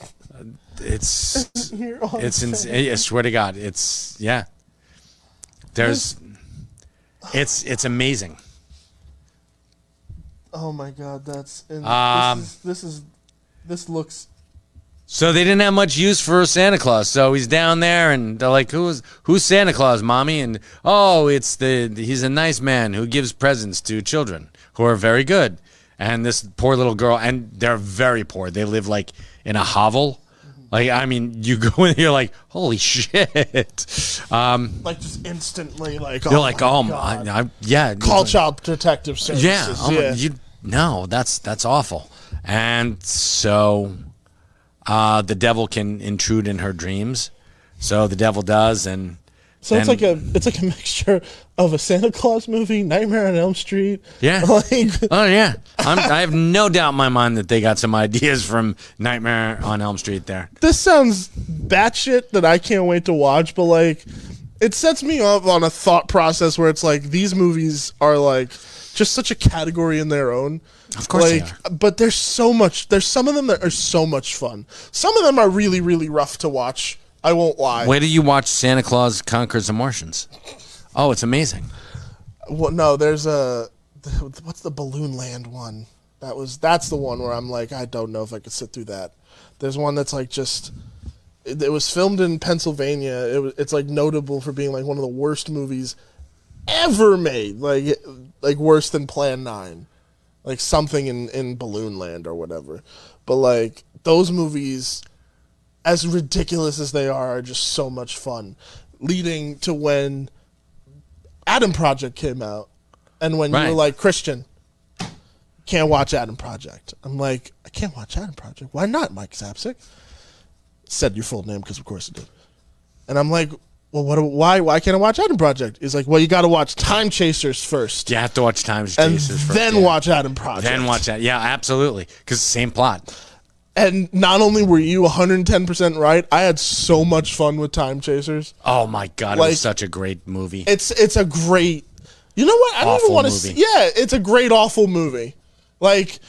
Speaker 2: [laughs] it's
Speaker 1: Here [laughs] on
Speaker 2: it's ins- I swear to God, it's yeah. There's, it's it's amazing.
Speaker 1: Oh my god, that's in,
Speaker 2: Um,
Speaker 1: this, is, this is this looks
Speaker 2: So they didn't have much use for Santa Claus. So he's down there, and they're like, "Who's who's Santa Claus, mommy?" And oh, it's the he's a nice man who gives presents to children who are very good. And this poor little girl, and they're very poor. They live like in a hovel. Like I mean, you go in, you're like, "Holy [laughs] shit!" Um,
Speaker 1: like just instantly like
Speaker 2: they're
Speaker 1: oh
Speaker 2: like,
Speaker 1: my
Speaker 2: "Oh,
Speaker 1: God.
Speaker 2: my, I, yeah."
Speaker 1: call child protective services.
Speaker 2: Yeah.
Speaker 1: Yeah.
Speaker 2: oh my- You no, that's that's awful. And so uh, the devil can intrude in her dreams. So the devil does, and
Speaker 1: So it's
Speaker 2: then-
Speaker 1: like a it's like a [laughs] mixture of a Santa Claus movie, Nightmare on Elm Street.
Speaker 2: Yeah.
Speaker 1: [laughs] Like
Speaker 2: Oh yeah, I'm, I have no doubt in my mind that they got some ideas from Nightmare on Elm Street there.
Speaker 1: this sounds batshit that I can't wait to watch, but like it sets me off on a thought process where it's like these movies are like just such a category in their own.
Speaker 2: Of course they
Speaker 1: like, but there's so much. There's some of them that are so much fun. Some of them are really, really rough to watch. I won't lie.
Speaker 2: Where do you watch Santa Claus Conquers the Martians? Oh, it's amazing.
Speaker 1: Well, no, there's a what's the Balloon Land one? That was that's the one where I'm like, I don't know if I could sit through that. There's one that's like just it, it was filmed in Pennsylvania. It was it's like notable for being like one of the worst movies ever made. Like like worse than Plan 9. Like something in in Balloon Land or whatever. But like those movies as ridiculous as they are are just so much fun. Leading to when Adam Project came out, and when you
Speaker 2: Right.
Speaker 1: were like Christian, can't watch Adam Project. I'm like, I can't watch Adam Project. Why not, Mike Sapsick? Said your full name because of course it did. And I'm like, well, what? Why? Why can't I watch Adam Project? He's like, well, you got to watch Time Chasers first,
Speaker 2: You have to watch Times
Speaker 1: and
Speaker 2: Jesus first.
Speaker 1: then
Speaker 2: yeah.
Speaker 1: watch Adam Project.
Speaker 2: Then watch that. Yeah, absolutely. Because same plot.
Speaker 1: And not only were you 110 percent right, I had so much fun with Time Chasers.
Speaker 2: Oh my god, it
Speaker 1: Like-
Speaker 2: was such a great movie.
Speaker 1: It's it's a great. You know what? I don't even
Speaker 2: Awful
Speaker 1: want to.
Speaker 2: movie.
Speaker 1: See, yeah, it's a great awful movie. Like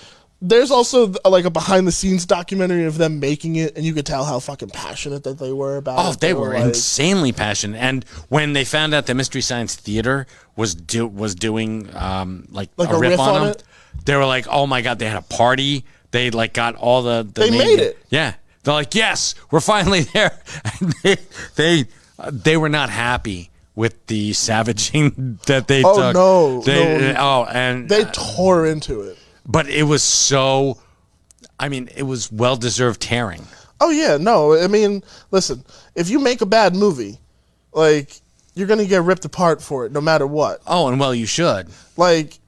Speaker 1: there's also th- like a behind the scenes documentary of them making it, and you could tell how fucking passionate that they were about.
Speaker 2: Oh,
Speaker 1: it.
Speaker 2: they were
Speaker 1: like-
Speaker 2: insanely passionate. And when they found out the Mystery Science Theater was do, was doing um, like,
Speaker 1: Like
Speaker 2: a, riff, on, them,
Speaker 1: it?
Speaker 2: they were like, "Oh my god!" They had a party. They like got all the. the
Speaker 1: They
Speaker 2: main-
Speaker 1: made it.
Speaker 2: Yeah, they're like, "Yes, we're finally [laughs] there." And they they uh, they were not happy with the savaging [laughs] that they
Speaker 1: Oh,
Speaker 2: took.
Speaker 1: no,
Speaker 2: They-
Speaker 1: no.
Speaker 2: Oh, and
Speaker 1: They tore into it.
Speaker 2: but it was so. I mean, it was well deserved tearing.
Speaker 1: Oh yeah, no. I mean, listen, if you make a bad movie, like you're gonna get ripped apart for it, no matter what.
Speaker 2: Oh, and well, you should.
Speaker 1: Like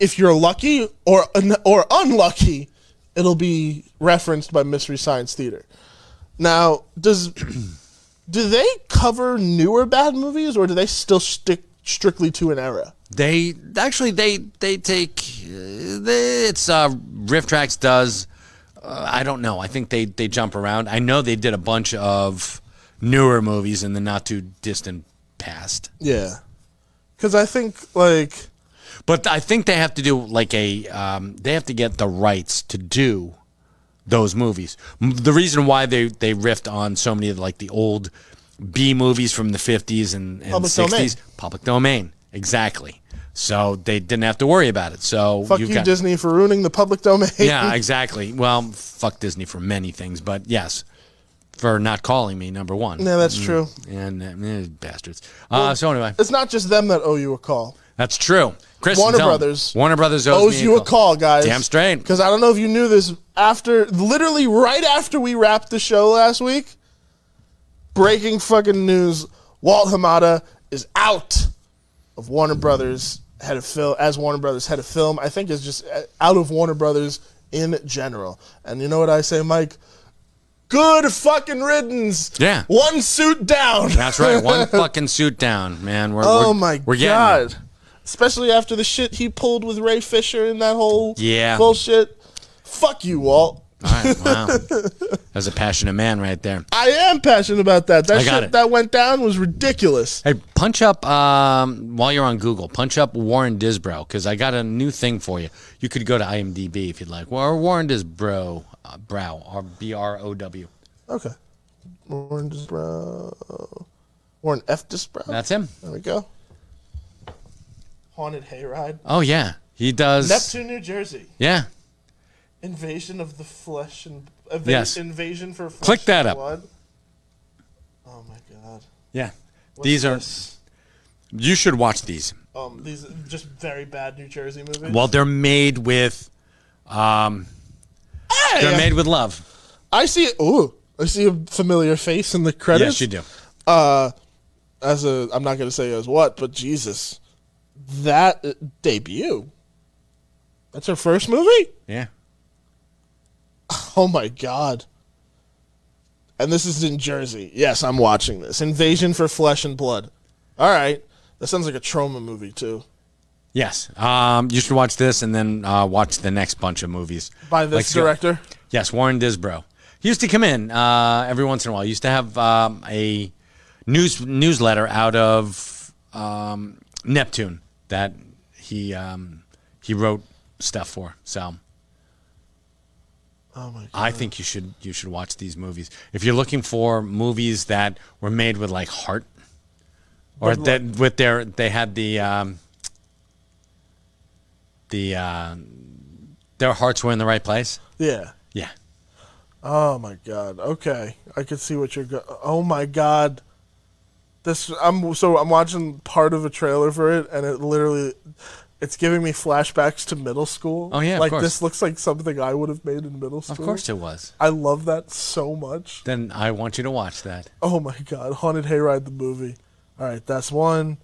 Speaker 1: if you're lucky or un- or unlucky, it'll be referenced by Mystery Science Theater. Now, does [clears throat] do they cover newer bad movies, or do they still stick strictly to an era?
Speaker 2: They actually they they take uh, they, it's uh, Riff Tracks does. Uh, I don't know. I think they they jump around. I know they did a bunch of newer movies in the not too distant past,
Speaker 1: Yeah, because I think like
Speaker 2: but I think they have to do like a um, they have to get the rights to do those movies. M- The reason why they they riffed on so many of like the old B movies from the fifties and, and
Speaker 1: Public
Speaker 2: 60s,
Speaker 1: domain.
Speaker 2: public domain, exactly. So they didn't have to worry about it. So
Speaker 1: fuck
Speaker 2: you've
Speaker 1: you,
Speaker 2: got-
Speaker 1: Disney, for ruining the public domain. [laughs]
Speaker 2: yeah, exactly. Well, fuck Disney for many things, but yes, for not calling me number one.
Speaker 1: yeah, that's true.
Speaker 2: And uh, eh, bastards. Uh, so anyway,
Speaker 1: It's not just them that owe you a call.
Speaker 2: that's true. Chris,
Speaker 1: Warner
Speaker 2: tell 'em.
Speaker 1: Brothers
Speaker 2: Warner Brothers owes,
Speaker 1: owes
Speaker 2: me
Speaker 1: you a call, guys.
Speaker 2: Damn straight.
Speaker 1: Because I don't know if you knew this after, literally right after we wrapped the show last week. Breaking fucking news: Walt Hamada is out of Warner Brothers head of film as Warner Brothers head of film. I think is just uh, out of Warner Brothers in general. And you know what I say, Mike? Good fucking riddance.
Speaker 2: Yeah.
Speaker 1: One suit down.
Speaker 2: That's right.
Speaker 1: [laughs]
Speaker 2: One fucking suit down, man. We're,
Speaker 1: Oh
Speaker 2: we're-
Speaker 1: my
Speaker 2: we're getting there.
Speaker 1: god! Especially after the shit he pulled with Ray Fisher and that whole
Speaker 2: Yeah.
Speaker 1: bullshit. Fuck you, Walt.
Speaker 2: All right, wow.
Speaker 1: [laughs]
Speaker 2: That's a passionate man right there.
Speaker 1: I am passionate about that. That
Speaker 2: I got
Speaker 1: shit
Speaker 2: it.
Speaker 1: that went down was ridiculous.
Speaker 2: Hey, punch up um, while you're on Google. Punch up Warren Disbro because I got a new thing for you. You could go to IMDb if you'd like. Well, Warren Disbro, uh, Brow, R B R O W.
Speaker 1: Okay. Warren Disbrow. Warren F. Disbrow.
Speaker 2: That's him.
Speaker 1: there we go. Haunted Hayride.
Speaker 2: Oh yeah, he does.
Speaker 1: Neptune, New Jersey.
Speaker 2: Yeah,
Speaker 1: Invasion of the Flesh and eva-
Speaker 2: Yes.
Speaker 1: Invasion for flesh
Speaker 2: Click that
Speaker 1: and
Speaker 2: up.
Speaker 1: Blood. Oh my god.
Speaker 2: yeah.
Speaker 1: What's
Speaker 2: These are.
Speaker 1: this?
Speaker 2: You should watch these.
Speaker 1: um these just very bad New Jersey movies.
Speaker 2: Well, they're made with. Um, they're
Speaker 1: Hey,
Speaker 2: made with love.
Speaker 1: I see. Ooh, I see a familiar face in the credits.
Speaker 2: Yes, you do.
Speaker 1: Uh, as a, I'm not gonna say as what, but Jesus, that uh, debut. That's her first movie.
Speaker 2: Yeah.
Speaker 1: Oh my God. and this is in Jersey. Yes, I'm watching this. Invasion for Flesh and Blood. All right, that sounds like a trauma movie too.
Speaker 2: Yes. Um, you should watch this and then uh, watch the next bunch of movies
Speaker 1: By this
Speaker 2: Like,
Speaker 1: director.
Speaker 2: Yes, Warren Disbrow. He used to come in uh, every once in a while. He used to have um, a news newsletter out of um, Neptune that he um, he wrote stuff for. So
Speaker 1: Oh my god.
Speaker 2: I think you should you should watch these movies if you're looking for movies that were made with like heart, or that with their they had the um, the uh, their hearts were in the right place.
Speaker 1: Yeah.
Speaker 2: Yeah.
Speaker 1: Oh my god. Okay, I can see what you're. Go- oh my god. This I'm so I'm watching part of a trailer for it, and it literally, it's giving me flashbacks to middle school.
Speaker 2: Oh, yeah, of
Speaker 1: like
Speaker 2: course.
Speaker 1: this looks like something I would have made in middle school.
Speaker 2: Of course it was.
Speaker 1: I love that so much.
Speaker 2: Then I want you to watch that.
Speaker 1: Oh my god, Haunted Hayride the movie. All right, that's one.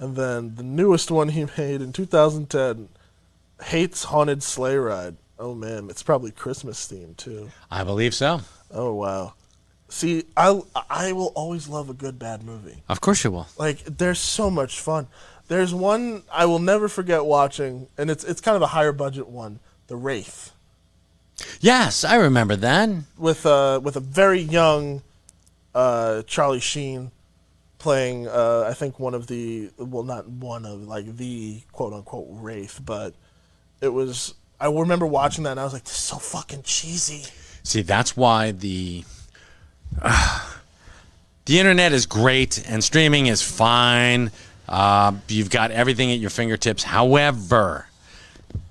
Speaker 1: And then the newest one he made in 2010, Hates Haunted Sleigh Ride. Oh man, it's probably Christmas themed too.
Speaker 2: I believe so.
Speaker 1: Oh wow. See, I I will always love a good bad movie.
Speaker 2: Of course you will.
Speaker 1: Like there's so much fun. There's one I will never forget watching, and it's it's kind of a higher budget one, The Wraith,
Speaker 2: Yes, I remember that.
Speaker 1: with uh with a very young uh Charlie Sheen playing uh I think one of the well not one of like the quote unquote Wraith, but it was I remember watching that and I was like, This is so fucking cheesy.
Speaker 2: See, that's why the [sighs] the internet is great and streaming is fine. Uh, you've got everything at your fingertips. However,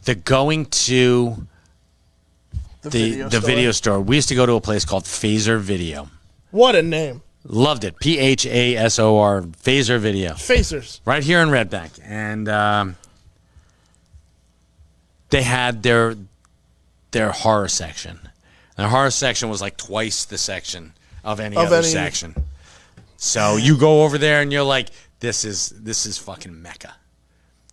Speaker 2: the going to the the
Speaker 1: store.
Speaker 2: video store. We used to go to a place called Phaser Video.
Speaker 1: What a name.
Speaker 2: Loved it. P H A S O R Phaser Video.
Speaker 1: Facers.
Speaker 2: right here in Red Bank, and um, they had their their horror section. And the horror section was like twice the section of any
Speaker 1: Of
Speaker 2: other
Speaker 1: any-
Speaker 2: section. So you go over there and you're like, this is this is fucking mecca,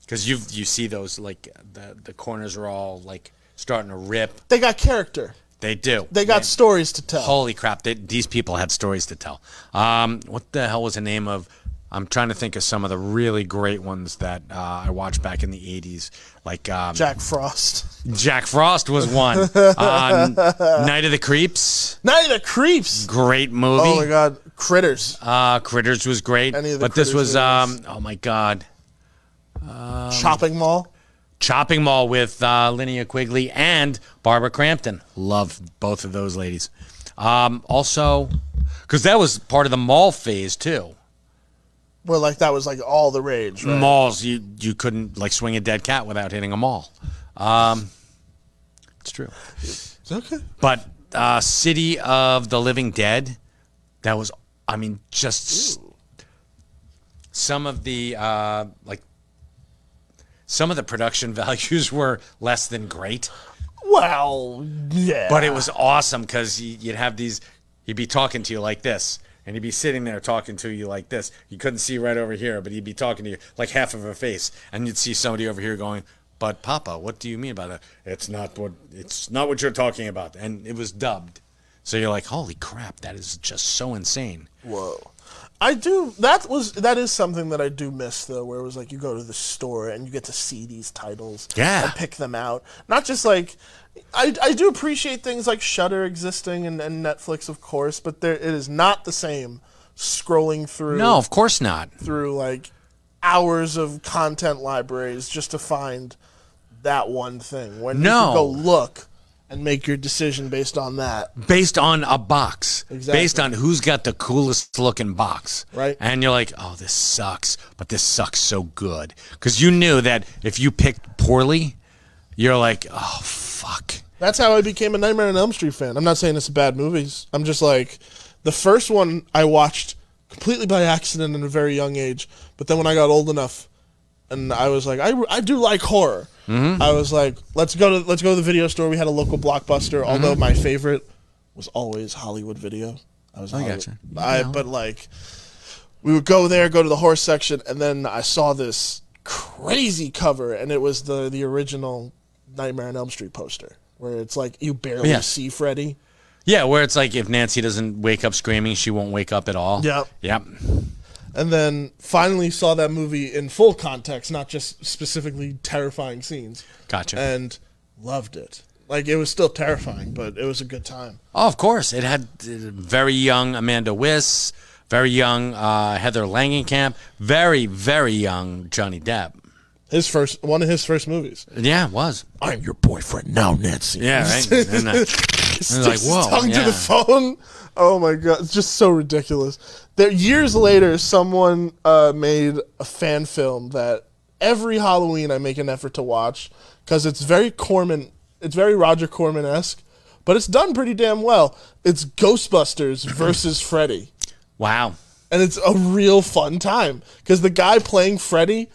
Speaker 2: because you you see those like the the corners are all like starting to rip.
Speaker 1: They got character.
Speaker 2: They do.
Speaker 1: They got stories to tell.
Speaker 2: Holy crap! They, these people had stories to tell. Um, what the hell was the name of? I'm trying to think of some of the really great ones that uh, I watched back in the '80s. Like um, Jack.
Speaker 1: Jack Frost. [laughs]
Speaker 2: Frost was one. um, Night of the Creeps,
Speaker 1: Night of the Creeps.
Speaker 2: great movie.
Speaker 1: Oh my God, Critters.
Speaker 2: Uh, Critters was great.
Speaker 1: Any of the
Speaker 2: but this
Speaker 1: Critters
Speaker 2: was um, oh my god,
Speaker 1: Chopping Mall.
Speaker 2: Chopping Mall with uh, Linnea Quigley and Barbara Crampton. Love both of those ladies. Um, also, because that was part of the mall phase too.
Speaker 1: Where like that was like all the rage. Right?
Speaker 2: malls you you couldn't like swing a dead cat without hitting a mall um it's true
Speaker 1: Okay.
Speaker 2: but uh city of the living dead that was i mean just s- some of the uh like some of the production [laughs] values were less than great
Speaker 1: Well, yeah.
Speaker 2: but it was awesome because you'd have these he'd be talking to you like this and he'd be sitting there talking to you like this you couldn't see right over here but he'd be talking to you like half of her face and you'd see somebody over here going but papa what do you mean by that it's not what it's not what you're talking about and it was dubbed so you're like holy crap that is just so insane
Speaker 1: whoa. I do. That was that is something that I do miss though. Where it was like you go to the store and you get to see these titles.
Speaker 2: Yeah.
Speaker 1: And pick them out. Not just like. I, I do appreciate things like Shudder existing and, and Netflix, of course, but there, it is not the same scrolling through.
Speaker 2: no of course not
Speaker 1: through like hours of content libraries just to find that one thing when you
Speaker 2: No.
Speaker 1: can go look and make your decision based on that.
Speaker 2: based on a box,
Speaker 1: Exactly.
Speaker 2: based on who's got the coolest looking box.
Speaker 1: Right.
Speaker 2: And you're like, oh, this sucks, but this sucks so good. Because you knew that if you picked poorly, you're like, oh, fuck.
Speaker 1: That's how I became a Nightmare on Elm Street fan. I'm not saying it's bad movies. I'm just like the first one I watched completely by accident at a very young age, but then when I got old enough and I was like, I, I do like horror. I was like, let's go to let's go to the video store. We had a local blockbuster. Although my favorite was always Hollywood Video. I was I
Speaker 2: gotcha.
Speaker 1: I but like we would go there, go to the horse section, and then I saw this crazy cover, and it was the the original Nightmare on Elm Street poster, where it's like you barely
Speaker 2: Yeah.
Speaker 1: see Freddy.
Speaker 2: Yeah, where it's like if Nancy doesn't wake up screaming, she won't wake up at all.
Speaker 1: Yep.
Speaker 2: Yep.
Speaker 1: and then finally saw that movie in full context, not just specifically terrifying scenes.
Speaker 2: Gotcha.
Speaker 1: And loved it. Like it was still terrifying, but it was a good time.
Speaker 2: Oh, of course. It had uh, very young Amanda Wiss, very young uh, Heather Langenkamp, very, very young Johnny Depp.
Speaker 1: His first, one of his first movies.
Speaker 2: Yeah, it was.
Speaker 1: I'm your boyfriend now, Nancy.
Speaker 2: Yeah,
Speaker 1: [laughs]
Speaker 2: right. and, uh, and it's like,
Speaker 1: Sticks his
Speaker 2: whoa.
Speaker 1: tongue
Speaker 2: yeah.
Speaker 1: to the phone. Oh my god, it's just so ridiculous. There, years later, someone uh, made a fan film that every Halloween I make an effort to watch because it's very Corman, it's very Roger Corman esque, but it's done pretty damn well. It's
Speaker 2: [laughs]
Speaker 1: Ghostbusters versus Freddy
Speaker 2: wow.
Speaker 1: and it's a real fun time because the guy playing Freddy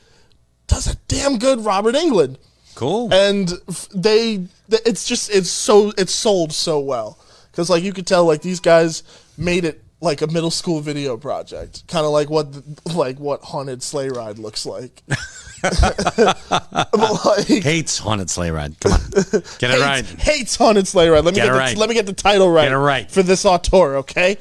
Speaker 1: does a damn good Robert England,
Speaker 2: Cool.
Speaker 1: and f- they th- it's just it's so it's sold so well because like you could tell like these guys made it like a middle school video project, kind of like what the, like what Haunted Sleigh Ride looks
Speaker 2: [laughs]
Speaker 1: like. [laughs] But, like,
Speaker 2: Hates Haunted Sleigh
Speaker 1: [laughs]
Speaker 2: Ride. Come on. Get it right.
Speaker 1: hates, hates Haunted Sleigh Ride. Let me
Speaker 2: Get
Speaker 1: get,
Speaker 2: it
Speaker 1: the,
Speaker 2: right.
Speaker 1: let me get the title right,
Speaker 2: it right.
Speaker 1: for this auteur, okay?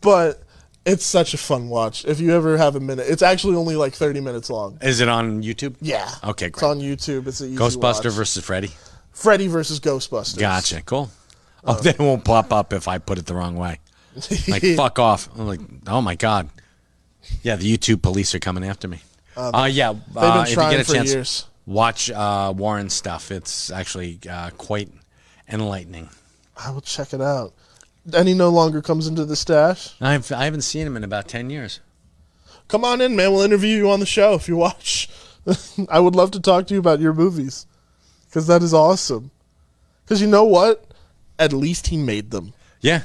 Speaker 1: But it's such a fun watch. If you ever have a minute, it's actually only like thirty minutes long.
Speaker 2: Is it on YouTube?
Speaker 1: Yeah.
Speaker 2: Okay,
Speaker 1: It's
Speaker 2: great.
Speaker 1: on YouTube. It's an easy
Speaker 2: Ghostbuster
Speaker 1: watch.
Speaker 2: versus Freddy.
Speaker 1: Freddy versus Ghostbusters.
Speaker 2: Gotcha. Cool.
Speaker 1: Uh,
Speaker 2: Oh, [laughs] they won't pop up if I put it the wrong way.
Speaker 1: [laughs]
Speaker 2: [laughs] Like fuck off. I'm like, oh my god. Yeah, the YouTube police are coming after me. uh, yeah, uh, if you
Speaker 1: trying
Speaker 2: get a
Speaker 1: for
Speaker 2: chance,
Speaker 1: years.
Speaker 2: watch uh, Warren's stuff. It's actually uh, quite enlightening.
Speaker 1: I will check it out. And he no longer comes into the stash.
Speaker 2: I've I haven't seen him in about ten years.
Speaker 1: Come on in, man. We'll interview you on the show if you watch. [laughs] I would love to talk to you about your movies because that is awesome. Because you know what? At least he made them.
Speaker 2: Yeah.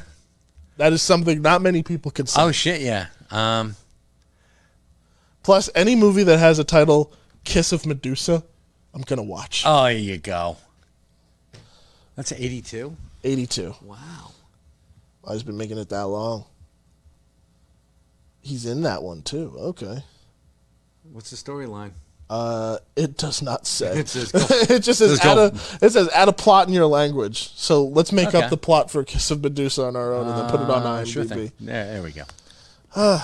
Speaker 1: That is something not many people can say.
Speaker 2: Oh shit. Yeah. Um.
Speaker 1: Plus, any movie that has a title "Kiss of Medusa," I'm gonna watch.
Speaker 2: Oh, there you go. That's eighty-two.
Speaker 1: 82.
Speaker 2: Wow.
Speaker 1: I've been making it that long. He's in that one too. Okay.
Speaker 3: What's the storyline?
Speaker 1: Uh, it does not say.
Speaker 3: It
Speaker 1: [laughs]
Speaker 3: says go-
Speaker 1: it just says
Speaker 2: It says
Speaker 1: add
Speaker 2: go.
Speaker 1: a. It says add a plot in your language. So let's make
Speaker 2: Okay.
Speaker 1: up the plot for "Kiss of Medusa" on our own and then put it on
Speaker 2: Uh,
Speaker 1: IMDb.
Speaker 2: sure thing. There, there we go.
Speaker 1: All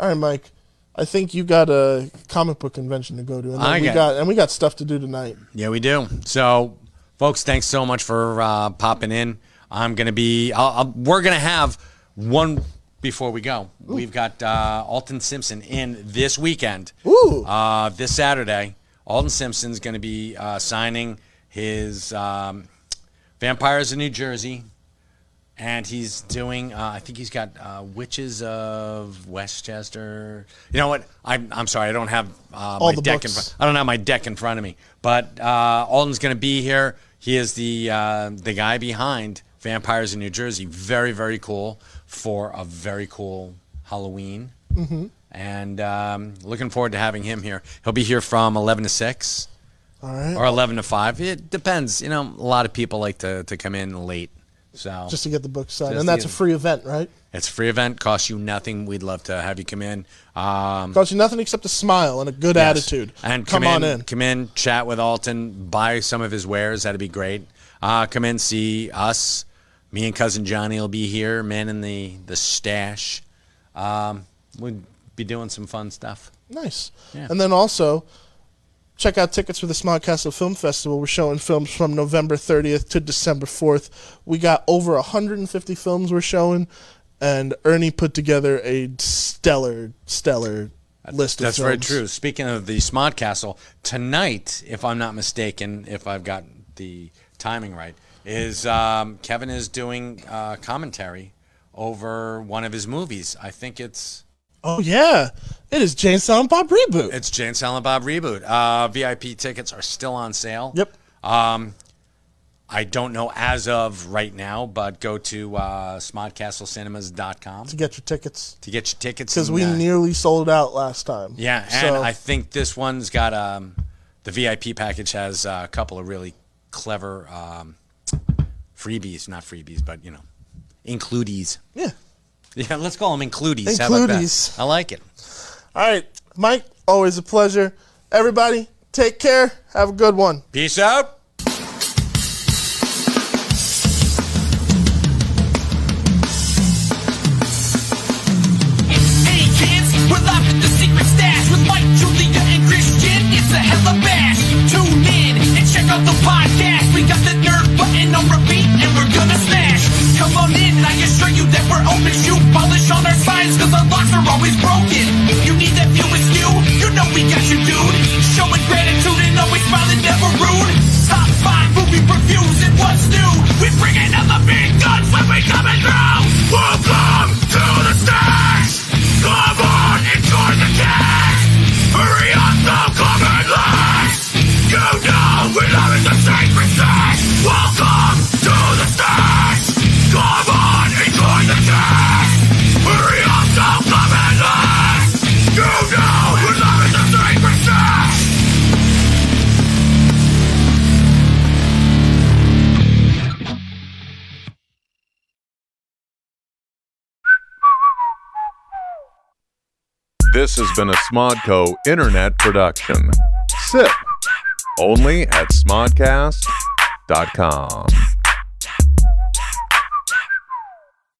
Speaker 1: right, Mike. I think you got a comic book convention to go to, and then
Speaker 2: I
Speaker 1: we
Speaker 2: got-
Speaker 1: got and we got stuff to do tonight.
Speaker 2: Yeah, we do. So, folks, thanks so much for uh, popping in. I'm gonna be. I'll, I'll, we're gonna have one before we go. We've got uh, Alton Simpson in this weekend.
Speaker 1: Ooh.
Speaker 2: Uh, this Saturday, Alton Simpson's gonna be uh, signing his um, Vampires in New Jersey, and he's doing. Uh, I think he's got uh, Witches of Westchester. You know what? I'm, I'm sorry. I don't have uh,
Speaker 1: All
Speaker 2: my
Speaker 1: the
Speaker 2: deck in
Speaker 1: books.
Speaker 2: front. I don't have my deck in front of me, but uh, Alden's going to be here. He is the uh, the guy behind Vampires in New Jersey. Very very cool for a very cool Halloween. Mm-hmm. And um, looking forward to having him here. He'll be here from eleven to six
Speaker 1: All right.
Speaker 2: or eleven to five. It depends. You know, a lot of people like to to come in late, so
Speaker 1: Just to get the book signed,
Speaker 2: Just
Speaker 1: and
Speaker 2: to
Speaker 1: that's a
Speaker 2: get-
Speaker 1: free event, right?
Speaker 2: it's a free event. Costs you nothing. We'd love to have you come in. Um,
Speaker 1: Costs you nothing except a smile and a good
Speaker 2: Yes.
Speaker 1: attitude.
Speaker 2: And
Speaker 1: come, on in.
Speaker 2: Come in, chat with Alton, buy some of his wares. That'd be great. Uh, come in, see us. Me and cousin Johnny will be here. Man in the the stash. Um, we'd be doing some fun stuff.
Speaker 1: Nice.
Speaker 2: Yeah.
Speaker 1: And then also, check out tickets for the Smog Castle Film Festival. We're showing films from November 30th to December 4th. We got over 150 films we're showing, and Ernie put together a stellar, stellar list
Speaker 2: That's
Speaker 1: of
Speaker 2: very
Speaker 1: films.
Speaker 2: true. Speaking of the Smod Castle, tonight, if I'm not mistaken, if I've got the timing right, is um, Kevin is doing uh, commentary over one of his movies. I think it's
Speaker 1: Oh, yeah. It is Jane Silent Bob Reboot.
Speaker 2: It's Jane Silent Bob reboot. Uh, VIP tickets are still on sale.
Speaker 1: Yep.
Speaker 2: Um, I don't know as of right now, but go to uh, smodcastlecinemas.com
Speaker 1: to get your tickets.
Speaker 2: to get your tickets.
Speaker 1: Because
Speaker 2: and,
Speaker 1: we
Speaker 2: uh,
Speaker 1: nearly sold out last time.
Speaker 2: yeah, and
Speaker 1: so,
Speaker 2: I think this one's got um, the VIP package has uh, a couple of really clever um, freebies, not freebies, but you know, includees. [laughs]
Speaker 1: Yeah.
Speaker 2: Yeah, let's call them includees. How about that?
Speaker 1: Includees.
Speaker 2: I like it.
Speaker 1: All right. Mike, always a pleasure. Everybody, take care. Have a good one.
Speaker 2: Peace out.
Speaker 4: This has been a Smodco internet production. Sip only at smodcast.com.